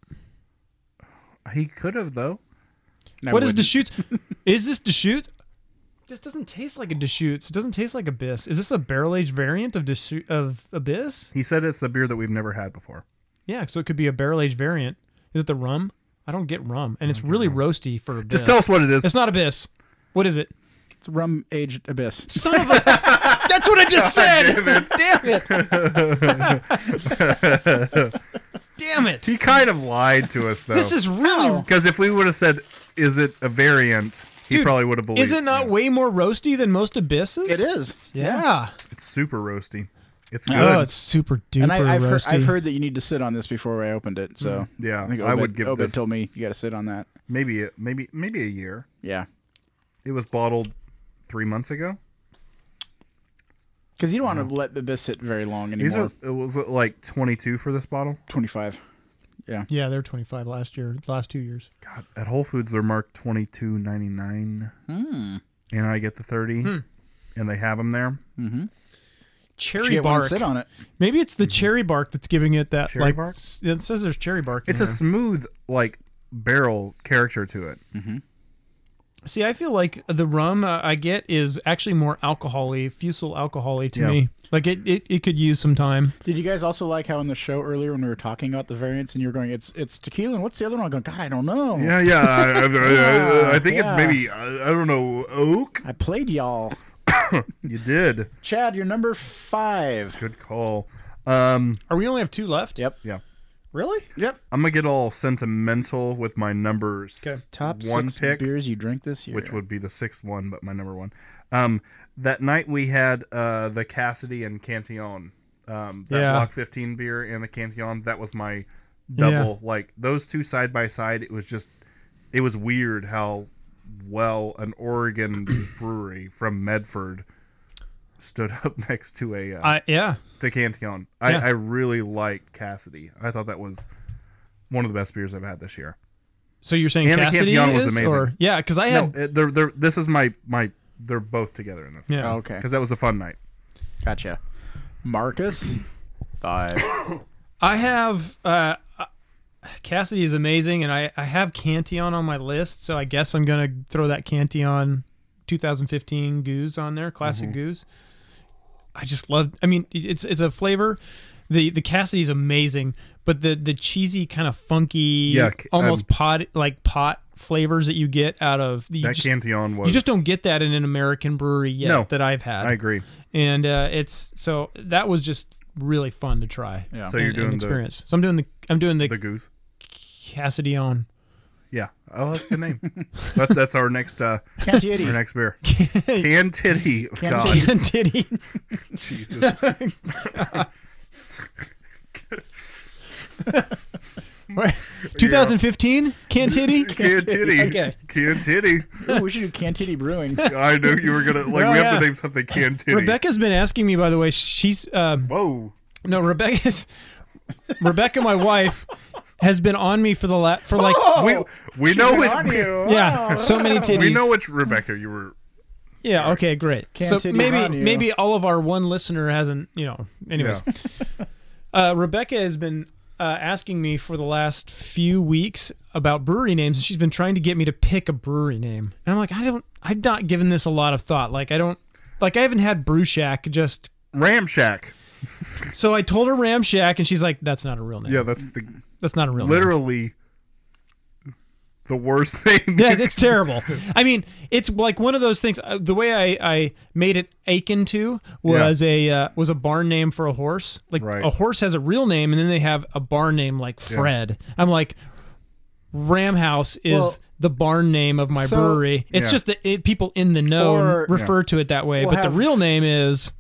He could have though.
No,
What is
[laughs]
wouldn't.
Deschutes? is this Deschutes? This doesn't taste like a Deschutes. It doesn't taste like Abyss. Is this a barrel aged variant of Deschutes, of Abyss?
He said it's a beer that we've never had before.
Yeah, so it could be a barrel aged variant. Is it the rum? I don't get rum, and it's really roasty for Abyss.
Just tell us what it is.
It's not Abyss. What is it?
It's rum aged
[laughs]
abyss?
Son
[laughs]
of a. That's what I just said. Damn it. [laughs] Damn it.
[laughs]
He kind of lied to us though.
This is really.
because if we would have said, "Is it a variant?" He
Dude,
probably would have believed.
Is it not
you.
way more roasty than most abysses?
It is.
Yeah.
It's super roasty. It's good.
Oh, it's super duper
And I, I've, heard,
roasty.
I've heard that you need to sit on this before I opened it. So
Mm. Yeah,
I, think
I
Obed-
would give
Obed
this-
told me you got to sit on that.
maybe it, maybe maybe a year.
Yeah,
It was bottled three months ago.
because you don't want to let abyss sit very long
These
anymore.
are it was uh, like 22 for this bottle.
Twenty five.
Yeah, they're 25 last year, last two years.
God, at Whole Foods they're marked 22.99,
Hmm.
and I get the 30, and they have them there.
Cherry
Get one
bark.
sit on it.
Maybe it's the cherry bark that's giving it that.
Mm-hmm. Cherry
like,
bark?
s- It says there's cherry bark.
It's
in
a smooth like barrel character to it.
there. See, I feel like the rum uh, I get is actually more alcoholy, fusel alcoholy to
Yeah.
me. Like it, it, it could use some time.
Did you guys also like how in the show earlier when we were talking about the variants and you were going, it's it's tequila and what's the other one? I'm going, God, I don't know.
Yeah, yeah. I, I, I, I think
[laughs] Yeah.
it's maybe I, I don't know oak.
I played y'all.
You did
Chad, you're number five.
good call. Um,
Are we only have two left?
Yep.
yeah.
Really?
Yep.
I'm gonna get all sentimental with my numbers.
Top
one
six
pick,
beers you drank this year.
which would be the sixth one, but my number one. Um, that night we had uh, the Cassidy and Cantillon, um, that
Yeah.
Block 15 beer and the Cantillon. That was my double. Like those two side by side, it was just, it was weird how well an
[clears throat]
Oregon brewery from Medford stood [laughs] up next to a uh,
I yeah.
to Cantillon. I,
Yeah.
I really liked Cassidy. I thought that was one of the best beers I've had this year.
So you're saying
And the
Cassidy
Campion was
is,
amazing.
or yeah, because I
No,
had
it- they're, they're, this is my my. They're both together in this.
yeah.
[laughs]
Oh, okay.
because that was a fun night.
Gotcha. Marcus. [clears throat] Five.
I have uh, uh, Cassidy is amazing, and I, I have Cantillon on my list, so I guess I'm gonna throw that Cantillon 2015 Goose on there, classic
Mm-hmm.
Goose. I just love. I mean, it- it's it's a flavor. The the Cassidy is amazing, but the the cheesy kind of funky,
Yeah, c-
almost
um,
pot like pot flavors that you get out of you
That
just,
Cantillon was.
you just don't get that in an American brewery yet
No,
that I've had.
I agree.
and uh, it's so that was just really fun to try
Yeah.
So you're
and-
doing
and
the-
experience. So I'm doing the I'm doing the,
The goose.
Cassidy [laughs]
[laughs]
on
Yeah. Oh, that's the name. that's that's our next uh our
[laughs] Cantieri.
next beer. Cantitty.
[laughs]
God,
and titty.
Jesus. [laughs]
Right. 2015 Cantitty.
Kid Titty.
[laughs] Okay.
Kid Titty.
Ooh, we should do Cantini [laughs] Brewing.
I knew you were gonna like.
Well,
we have
yeah.
to name something Kid Titty.
Rebecca's been asking me, by the way. She's um,
Whoa.
no Rebecca's. [laughs] Rebecca, my wife, has been on me for the la- for
[laughs]
like
we we know
Good
which
on [laughs] you.
yeah so many titties.
we know which Rebecca you were.
Yeah. Okay. Great.
Can't
so
titties on
maybe
you.
maybe all of our one listener hasn't you know. Anyways,
Yeah.
uh, Rebecca has been uh, asking me for the last few weeks about brewery names, and she's been trying to get me to pick a brewery name. And I'm like, I don't, I've not given this a lot of thought. Like I don't, like I haven't had Brew Shack just.
Ram Shack.
So I told her Ram Shack, and she's like, "That's not a real name.
Yeah, that's the
That's not a real name.
literally the worst thing. [laughs]
Yeah, it's terrible. I mean, it's like one of those things. uh, The way I, I made it Aiken to was a uh, was a barn name for a horse. Like
Right.
a horse has a real name, and then they have a barn name like Fred. I'm like, Ram House is
Well-
the barn name of my
So-
brewery. It's
Yeah.
just that it, people in the know
Or-
refer to it that way,
We'll
but
have-
the real name is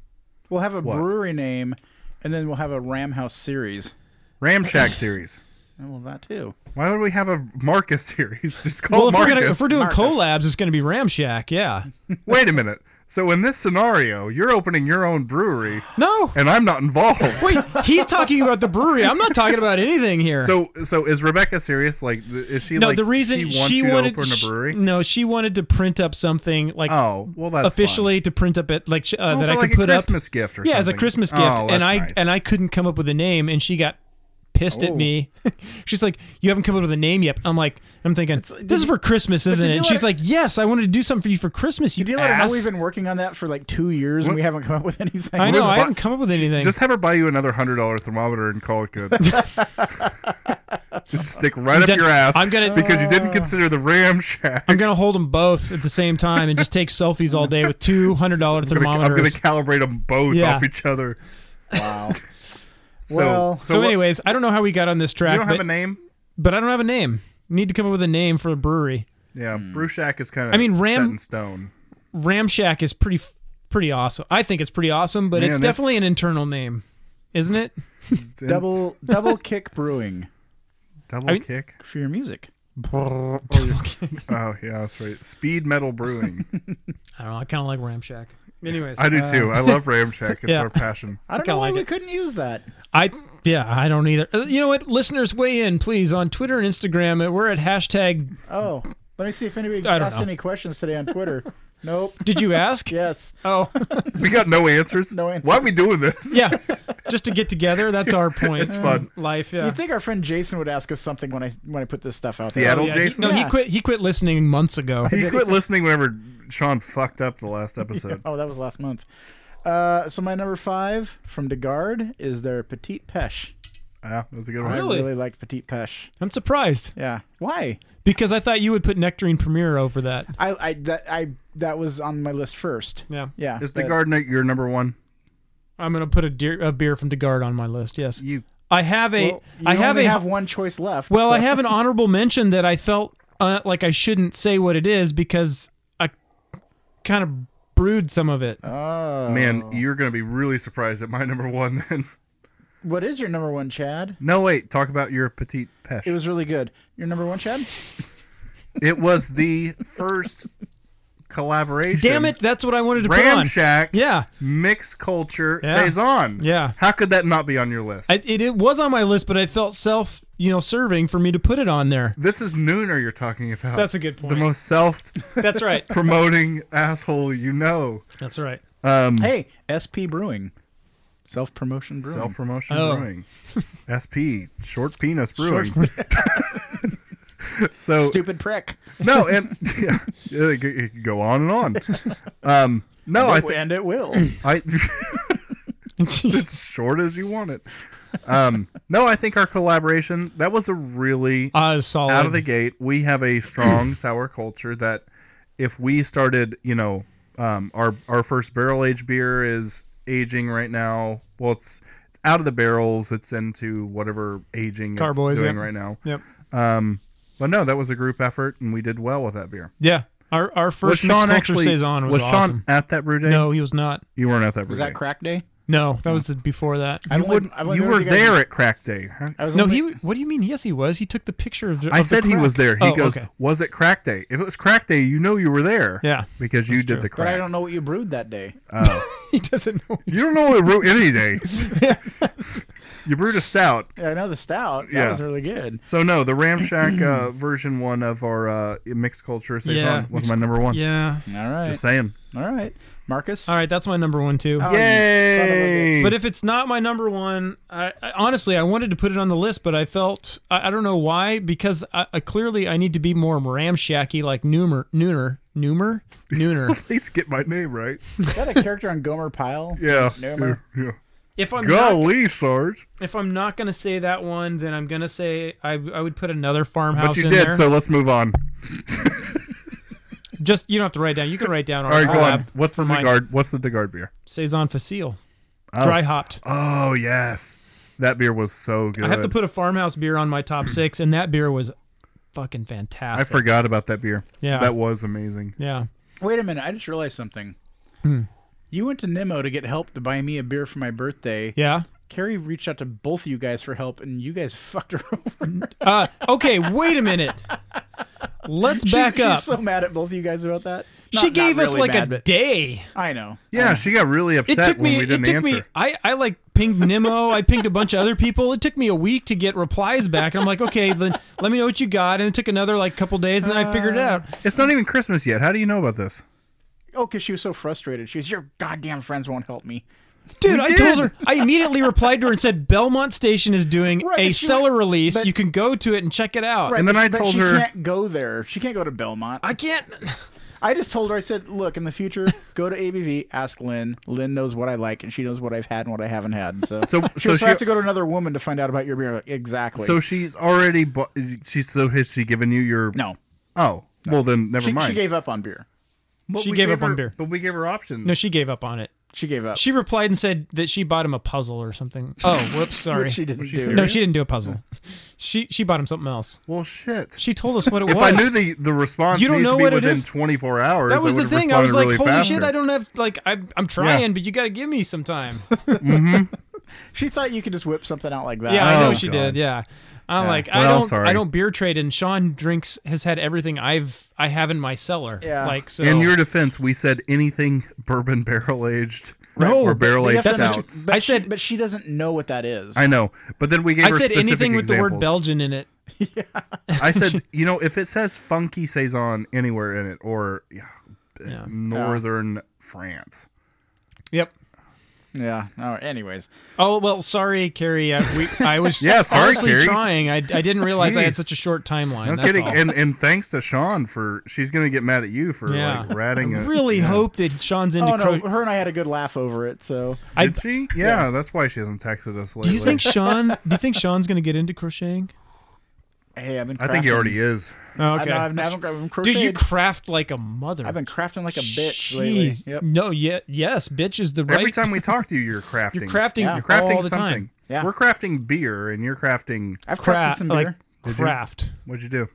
We'll have a
What?
brewery name, and then we'll have a Ram House series.
Ram Shack series.
And well, that too.
Why would we have a Marcus [laughs] series? Just
well.
call
If we're,
Oh, Marcus.
gonna, if we're doing collabs, it's going to be Ram Shack. Yeah.
Wait a minute. So in this scenario, you're opening your own brewery,
No.
and I'm not involved.
[laughs] Wait, he's talking about the brewery. I'm not talking about anything
[laughs]
here.
So, so is Rebecca serious? Like, th- is she
No,
like
the reason
she
she,
wants you
wanted
to open a brewery?
She, no, she wanted to print up something like
oh, well, that's
officially to print up it like sh- uh,
fine.
that
Oh,
I
for,
could
like
put
a
up.
Christmas gift or
yeah,
something.
as a Christmas gift,
Oh, that's
and I
nice. Oh.
and I couldn't come up with a name, and she got pissed at me. [laughs] She's like, "You haven't come up with a name yet." I'm like, "I'm thinking this is for Christmas, isn't
did
it?"
you
And
let
she's
her-
like, "Yes, I wanted to do something for you for Christmas." You
Do you let her know
ass.
we've been working on that for like two years and we haven't come up with [laughs] anything?
I know
We've
I
bu-
haven't come up with anything.
just have her buy you another hundred dollar thermometer and call
[laughs]
it good. [laughs] Just stick right up
done-
your ass. Uh.
I'm gonna-
because you didn't consider the Ram Shack.
I'm gonna hold them both at the same time and just take selfies all day with two hundred
[laughs]
dollar
gonna-
thermometers.
I'm going to calibrate them both
Yeah.
off each other.
Wow.
[laughs] So,
Well,
so,
what-
anyways, I don't know how we got on this track.
you don't
but,
have a name.
but I don't have a name. Need to come up with a name for a brewery.
Yeah,
Hmm.
Brew Shack is kind of.
I mean, Ram-
set in stone.
Ram Shack is pretty f- pretty awesome. I think it's pretty awesome, but
Man,
it's
that's-
definitely an internal name, isn't it?
double double kick brewing
Double
I mean-
kick.
for your music.
[laughs]
Oh yeah, that's right. Speed Metal Brewing.
I don't know. I kind of like Ram Shack. Anyways,
I do too. I love Ram Shack. It's
Uh, [laughs] yeah.
our passion.
I don't
kinda
know why
like
we
it.
couldn't use that.
I yeah, I don't either. Uh, You know what, listeners, weigh in please on Twitter and Instagram. Uh, We're at hashtag.
Oh, let me see if anybody
[laughs] I don't
asked
know.
any questions today on Twitter.
[laughs]
nope.
Did you
[laughs]
ask?
Yes.
[laughs] Oh,
We got no answers.
[laughs] No answers.
Why are we doing this?
[laughs]
[laughs]
yeah. Just to get together. That's our point. Um,
It's fun.
Life. Yeah.
You'd think our friend Jason would ask us something when I when I put this stuff out there.
Seattle
Oh, Yeah, he-
Jason.
no, he
Yeah.
quit. He quit listening months ago.
He quit listening whenever Sean fucked up the
[laughs]
last episode.
Oh, that was last month. Uh, so my number five from Degard is their Petite Pesh.
Yeah, Ah, that was a good one.
Really?
I really liked Petite Pesh.
I'm surprised
Yeah. Why?
because I thought you would put Nectarine Premier over that.
I I that I that was on my list first.
Yeah.
Yeah.
Is the
but-
gardener your number one?
I'm gonna put a, deer, a beer from Degard on my list. Yes,
You
I have a.
Well, you
I have a.
only have one choice left.
well, I
so-
have an honorable mention that I felt uh, like I shouldn't say what it is because I kind of brewed some of it.
Oh.
man, you're gonna be really surprised at my number one. Then [laughs]
What is your number one, Chad?
no, wait, talk about your petite pesh.
It was really good. Your number one, Chad?
It was the first collaboration.
Damn it! That's what I wanted to put
Ram
on.
Shack.
Yeah,
Mixed culture
Yeah.
saison.
Yeah.
How could that not be on your list?
I, it, it was on my list, but I felt self, you know, serving for me to put it on there.
this is Nooner you're talking about.
That's a good point.
[laughs] The most self
That's right.
promoting [laughs] asshole you know.
That's right. Hmm.
Um,
Hey, SP Brewing. Self promotion brewing.
Self promotion
Oh.
brewing. SP, short penis brewing. [laughs] so
Stupid prick.
no, and [laughs] yeah, it could- it could go on
[laughs]
and on. Um, no, I, th-
and
[clears throat]
it will.
I [laughs] it's short as you want it. Um, no, I think our collaboration that was a really
Uh, solid.
out of the gate. We have a strong [clears throat] sour culture that if we started, you know, um, our our first barrel aged beer is aging right now. Well, it's out of the barrels. It's into whatever aging
Carboys,
it's doing
yep.
right now.
Yep.
Um, but no, that was a group effort, and we did well with that beer.
Yeah. Our our
Was
first mixed
Sean
culture
actually
saison was,
Sean
awesome.
at that brew day?
No, he was not.
you weren't at that brew
Was
day.
that crack day?
No, that was the, before that.
I
You,
don't like-
wouldn't,
I don't
you
know if
were
guys-
there at crack day. huh?
I was
No,
only-
he. What do you mean? Yes, he was. He took the picture of.
I said he was there. He
oh,
goes,
Okay. [laughs]
"Was it crack day? If it was crack day, you know you were there."
Yeah.
because you did
true.
the
But
crack.
I don't know what you brewed that day.
Oh.
He doesn't know.
you don't know what root any day. you brewed a stout.
Yeah, I know the stout. That
Yeah.
was really good.
So no, the Ramshack uh, version one of our uh, mixed culture saison
Yeah,
was
mixed
my number one.
Yeah.
All right.
Just saying.
All right. Marcus?
All right, that's my number one too.
Oh, you son of a bitch.
Yay!
But
[laughs]
if it's not my number one, I, I honestly I wanted to put it on the list, but I felt I, I don't know why because I, I clearly I need to be more ramshacky like Noomer Nooner Noomer
[laughs]
Nooner.
Please get my name right.
Is that a character on Gomer Pyle?
[laughs] Yeah.
Nevermind.
Yeah.
if I'm not,
Golly, Sarge.
if I'm not gonna say that one, then I'm gonna say I I would put another farmhouse
But you
in
did,
there.
so let's move on.
Just you don't have to write down. You can write down.
[laughs] All right, go on. What's the
mine.
Degard? What's the Degard beer?
Saison Facile,
Oh.
dry hopped.
Oh yes, that beer was so good.
I have to put a farmhouse beer on my top six, and that beer was fucking fantastic.
I forgot about that beer.
Yeah.
that was amazing.
Yeah.
Wait a minute. I just realized something.
Hmm.
You went to Nemo to get help to buy me a beer for my birthday.
Yeah.
Carrie reached out to both of you guys for help, and you guys [laughs] fucked her over.
Uh, okay, wait a minute. Let's back
she's,
up.
She's so mad at both of you guys about that.
she gave us like a
a. I
day.
know.
Yeah, she got really
It
upset
took
when
me.
we
It
didn't
took
answer.
me. I, I like pinged Nemo. I pinged a bunch of other people. It took me a week to get replies back. And I'm like, okay, then let me know what you got. And it took another like couple days, and then I figured it out.
It's not even Christmas yet. How do you know about this?
Oh, because she was so frustrated. She's your goddamn friends won't help me.
Dude, I told her. I immediately replied to her and said, Belmont Station is doing
Right,
a
but she
cellar
went-
release.
but-
you can go to it and check it out.
Right,
And then
but-
I
but
told
she
her-
can't go there. She can't go to Belmont.
I can't.
I just told her, I said, look, in the future, [laughs] go to ABV, ask Lynn. Lynn knows what I like, and she knows what I've had and what I haven't had. So,
So-
[laughs] she
so
also
she-
have to go to another woman to find out about your beer. Exactly.
So she's already. Bu- she's so has she given you your?
no,
Oh, well then never
she,
mind.
she gave up on beer.
But
She
we
gave up on
her-
beer.
But we gave her options.
No, she gave up on it.
She gave up.
She replied and said that she bought him a puzzle or
[laughs]
something. [laughs] Oh, whoops, sorry.
Which she didn't do.
No, she didn't do a puzzle. She she bought him something else.
well, shit.
She told us what it
[laughs] if
was.
I knew the the response
You don't
needs
know
to be
what it
within
is?
24 hours,
that was the
I would've
thing. I was
responded
like,
really
"Holy
faster.
shit! I don't have like I'm I'm trying, but you got to give me some time."
[laughs]
She thought you could just whip something out like that.
yeah, I know
Oh,
she
God.
did. Yeah, I'm like I
Well,
don't
sorry.
I don't beer trade, and Sean drinks has had everything I've I have in my cellar.
Yeah.
like so.
In your defense, we said anything [laughs] bourbon barrel aged
No,
or
but-
barrel
You
aged
have to-
That's not
out.
true.
but
I
she-
said-
but she doesn't know what that is.
I know, but then we gave
I
her
said
specific
anything with the word
examples.
Belgian in it.
I
[laughs]
said, you know, if it says funky saison anywhere in it, or yeah,
Yeah.
northern France,
Yep.
Yeah. Oh, anyways,
Oh well, sorry, Carrie. I, we, I was
[laughs] Yeah, sorry,
honestly
Carrie.
trying. I, I didn't realize I had
Jeez.
such a short timeline.
no
That's
kidding.
all.
And and thanks to Sean for she's gonna get mad at you for
Yeah.
like ratting.
I
it.
really hope that Sean's into
oh no, [laughs]
cro-
her and I had a good laugh over it. So
I-
Did she? Yeah, that's why she hasn't texted us lately.
Do you think Sean? Do you think Sean's going to get into crocheting?
hey, I've been.
I think he
crafting.
already is.
Oh,
I know, I've, I've, I've been
Dude,
crocheted.
you craft like a mother.
I've been crafting like a bitch
Jeez.
lately. Yep.
No, yeah, yes, bitch is the right.
Every time we talk to you, you're
[laughs]
crafting.
you're crafting,
Yeah.
you're
You're crafting
all the
something.
time.
Yeah.
We're crafting beer, and you're crafting.
I've crafted
Craft
some
like
beer.
Did you?
craft.
What'd you do?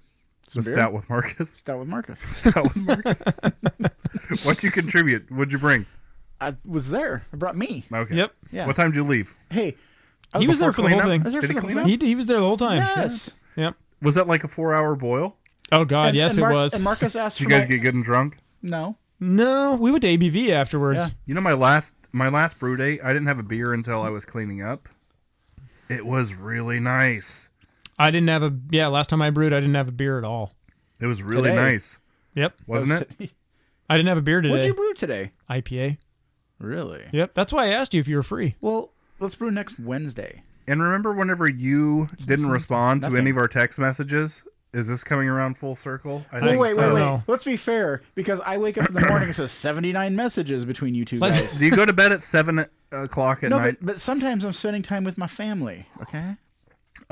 the
beer.
stout with Marcus. [laughs]
Start with Marcus.
Stout
[laughs]
with Marcus. What'd you contribute? What'd you bring?
I was there. I brought me.
Okay.
Yep.
Yeah.
What time did you leave?
Hey,
He was there for the whole
cleanup?
thing.
I was there
Did
for
he
the
clean
whole
up?
He, he was there the whole time.
yes.
Yep.
Was that like a four-hour boil?
Oh God,
And-
yes,
and
it
Mar-
was.
And Marcus asked
Did you
for
guys
my-
get good and drunk?
no.
no, we went to ABV afterwards.
Yeah.
You know, my last my last brew date, I didn't have a beer until I was cleaning up. It was really nice.
I didn't have a yeah. Last time I brewed, I didn't have a beer at all.
It was really
Today.
nice,
Yep.
wasn't it?
[laughs]
I didn't have a beer
What'd
today.
you brew today?
IPA.
Really?
Yep. That's why I asked you if you were free.
Well, let's brew next Wednesday.
And remember, whenever you didn't respond to
Nothing.
any of our text messages, is this coming around full circle?
Oh,
I
Well,
think
wait, wait,
so.
wait.
No.
Let's be fair because I wake up in the morning and says 79 messages between you two
Let's-
guys.
Do you go to bed at seven o'clock at
No,
night?
but, but sometimes I'm spending time with my family, okay?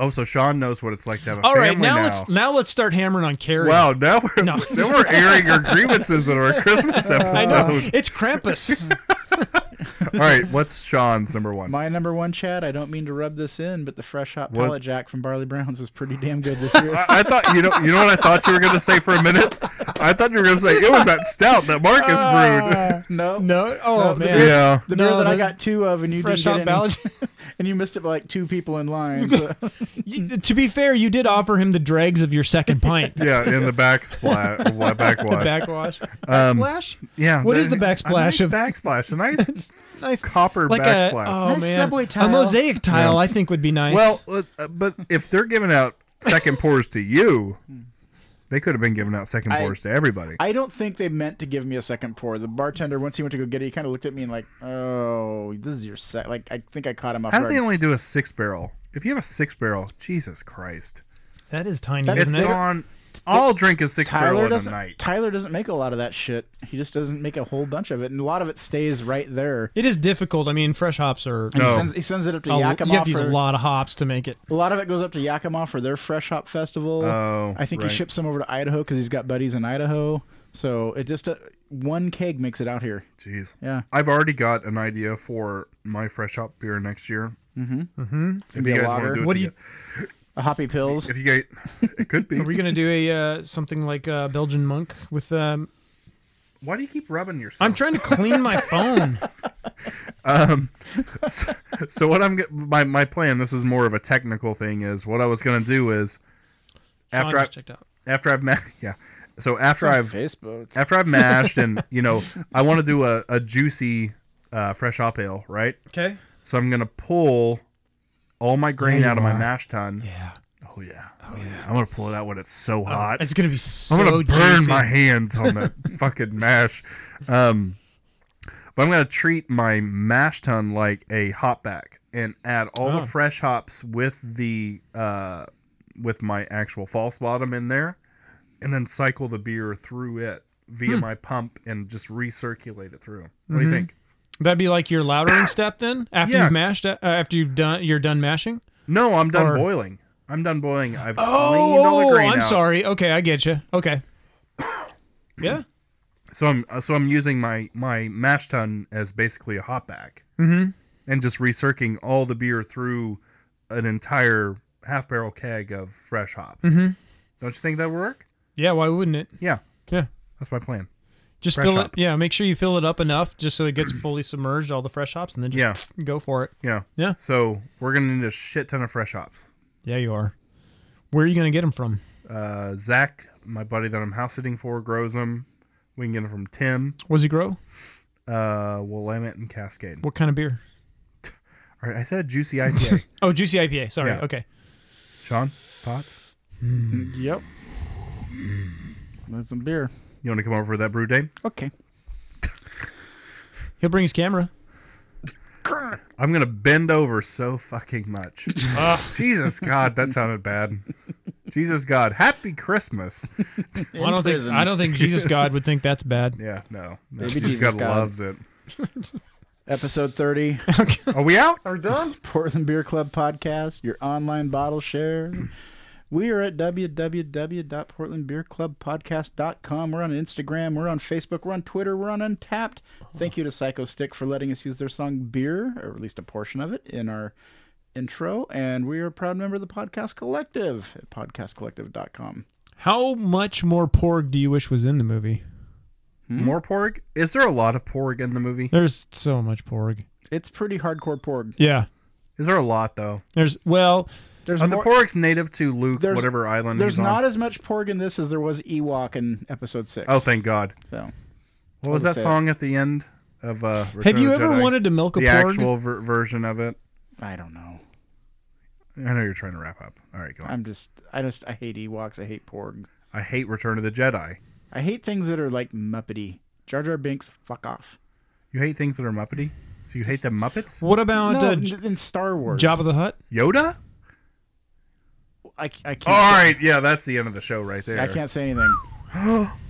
Oh, so Sean knows what it's like to have a
All
family
right, now, let's now let's start hammering on Carrie.
Wow, now we're,
No.
now we're airing our grievances in our Christmas episode.
[laughs] I
[laughs]
know it's Krampus.
All right, what's Sean's number one?
My number one, Chad, I don't mean to rub this in, but the fresh hot
What?
pellet jack from Barley Brown's was pretty damn good this
I, [laughs]
year.
I thought you know you know what I thought you were gonna say for a minute. I thought you were gonna say it was that stout that Marcus brewed.
[laughs]
No,
No, oh
the
man.
beer-
Yeah.
The beer
No,
that I
the-
got two of, and you
Fresh
didn't get
Hot
any, and you missed it by like two people in line. so-
You- to be fair, you did offer him the dregs of your second pint.
[laughs] Yeah, in the back splat,
[laughs]
backwash.
Backwash.
um,
Backsplash?
yeah.
What is the
a
backsplash
nice
of-
backsplash?
[laughs]
A nice
nice.
copper
Like a,
backsplash.
oh,
Nice
man.
subway tile.
A mosaic tile,
Yeah.
I think, would be nice.
Well, uh, but if they're giving out second pours to you, they could have been giving out second
Hmm. I-
pours to everybody.
I don't think they meant to give me a second pour. The bartender, once he went to go get it, he kind of looked at me and like, "Oh, this is your set." Like, I think I caught him off
How do
guard.
they only do a six barrel? If you have a six barrel, Jesus Christ,
that is tiny,
That's
isn't
it's
it?
gone. I'll drink a six
Tyler
barrel in a
doesn't.
night.
Tyler doesn't make a lot of that shit. He just doesn't make a whole bunch of it, and a lot of it stays right there.
It is difficult. I mean, fresh hops are.
And
No.
he, sends, he sends it up to
Oh, you
Yakima
have to use
for
a lot of hops to make it.
a lot of it goes up to Yakima for their Fresh Hop Festival.
Oh,
I think
right.
he ships some over to Idaho because he's got buddies in Idaho. So it just uh, one keg makes it out here.
Jeez.
Yeah,
I've already got an idea for my fresh hop beer next year. Mm-hmm. Mm-hmm. If
be
you
a
guys
lager.
want to do it,
What do you-
a hoppy pills.
toge- If you guys, [laughs] it could be.
Are we gonna do a uh, something like uh, Belgian monk with? Um,
Why do you keep rubbing yourself?
I'm trying to clean [laughs] my phone.
so, [laughs] so what I'm get- my my plan. This is more of a technical thing. Is what I was gonna do is
Sean
after I,
just checked out.
after I've ma- [laughs] yeah. So after I've
Facebook.
after I've mashed and you know [laughs] I want to do a a juicy uh, fresh hop ale, right?
Okay.
So I'm gonna pull all my grain out of my mash tun.
Yeah.
Oh yeah. Oh yeah. Oh, I'm gonna pull it out when it's so hot.
It's gonna be so.
I'm gonna burn
juicy.
my hands
[laughs]
on that fucking mash. Um, but I'm gonna treat my mash tun like a hop back and add all
Oh.
the fresh hops with the uh, with my actual false bottom in there, and then cycle the beer through it via
Hmm.
my pump and just recirculate it through. What do
Mm-hmm.
you think?
That'd be like your loudering step then. After
Yeah.
you've mashed, uh, after you've done, you're done mashing.
No, I'm done
Or-
boiling. I'm done boiling. I've cleaned all the
Oh,
grain
I'm
out.
sorry. Okay, I get you.
[coughs]
Okay. Yeah.
So I'm uh, so I'm using my my mash tun as basically a hop back, mm-hmm. and just recircing all the beer through an entire half barrel keg of fresh hops. Mm-hmm. Don't you think that would work?
Yeah. Why wouldn't it?
Yeah,
Yeah.
that's my plan.
Just
Fresh
fill
hop.
it. Yeah. Make sure you fill it up enough just so it gets fully submerged, all the fresh hops, and then just go for it.
Yeah,
Yeah.
So we're gonna need a shit ton of fresh hops.
Yeah, you are. Where are you gonna get them from?
Uh, Zach, my buddy that I'm house sitting for, grows them. We can get them from Tim,
What does he grow?
uh, Willamette, and Cascade.
What kind of
[coughs]
beer?
All right, I said
[laughs]
juicy IPA.
Oh, juicy IPA. Sorry.
Yeah.
Okay.
Sean, Potts,
Yep. That's some beer.
you want to come over for that brew day?
Okay.
He'll bring his camera.
I'm gonna bend over so fucking much.
[laughs]
Ah, Jesus God, that sounded bad. Jesus God, Happy Christmas.
Well, I don't
prison.
think I don't think Jesus God would think that's bad.
Yeah, no, no
Maybe
Jesus,
Jesus
God,
God.
loves it.
Episode thirty.
Are we out?
We're done. Portland Beer Club podcast, your online bottle share. [clears throat] We are at www.portlandbeerclubpodcast.com. We're on Instagram, we're on Facebook, we're on Twitter, we're on Untapped. Thank you to Psycho Stick for letting us use their song Beer, or at least a portion of it, in our intro. And we are a proud member of the Podcast Collective at podcastcollective.com.
How much more porg do you wish was in the movie?
Hmm? More porg? Is there a lot of porg in the movie?
There's so much porg.
It's pretty hardcore porg.
Yeah.
Is there a lot though?
There's well,
There's,
Are
more,
the porgs native to Luke,
There's-
whatever island
there's
he's on?
not as much porg in this as there was Ewok in episode six.
Oh, thank God.
so.
What was
I'll just
that
say it.
song at the end of uh? Return
have you
of the
ever
Jedi?
wanted to milk a
the
porg?
actual ver- version of it?
I don't know.
I know you're trying to wrap up. All right, go on.
I'm just, I just, I hate Ewoks. I hate Porg.
I hate Return of the Jedi.
I hate things that are like Muppety. Jar Jar Binks, fuck off.
You hate things that are muppety. So you hate the Muppets?
what about
No,
uh, J-
n- in Star Wars,
Jabba the Hutt?
Yoda?
I, I can't.
All right, yeah, that's the end of the show right there.
I can't say anything.
[gasps]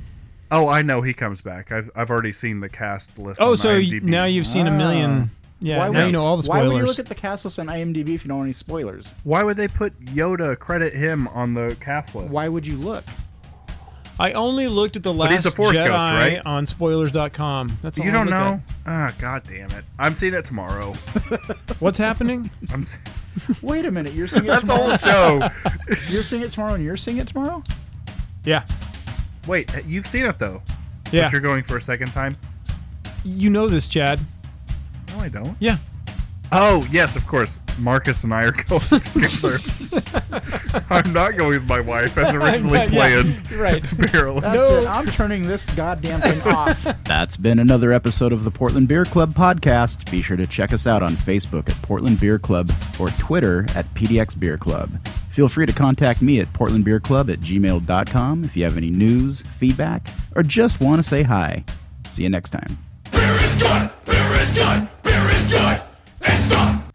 Oh, I know he comes back. I've I've already seen the cast list.
Oh,
on
so y-
IMDb.
now you've seen a
Ah.
million. Yeah, now
would-
you know all the spoilers.
Why would you look at the cast list on IMDb if you don't know any spoilers?
Why would they put Yoda credit him on the cast list?
Why would you look?
I only looked at the last
he's a Force
Jedi
ghost, right?
on spoilers.com. That's all
You
I
don't
looked
know? Ah, god damn it! I'm seeing
[laughs]
it tomorrow.
at. What's
[laughs]
happening?
I'm se-
Wait a minute, you're seeing it
that's the
tomorrow.
whole show.
You're seeing it tomorrow, and you're seeing it tomorrow.
Yeah.
[laughs] Wait, uh, you've seen it though.
Yeah.
But you're going for a second time?
You know this, Chad.
No, I don't.
Yeah.
Oh, yes, of course. Marcus and I are
[laughs]
going together. [laughs] I'm not going with my wife as originally
not- [laughs] yeah,
planned. [laughs]
right.
Barely.
That's it. I'm turning this goddamn thing off.
That's been another episode of the Portland Beer Club podcast. Be sure to check us out on Facebook at Portland Beer Club or Twitter at PDX Beer Club. Feel free to contact me at portlandbeerclub at gmail.com if you have any news, feedback, or just want to say hi. See you next time.
Beer is good. Beer is good. Beer is good. It's soft.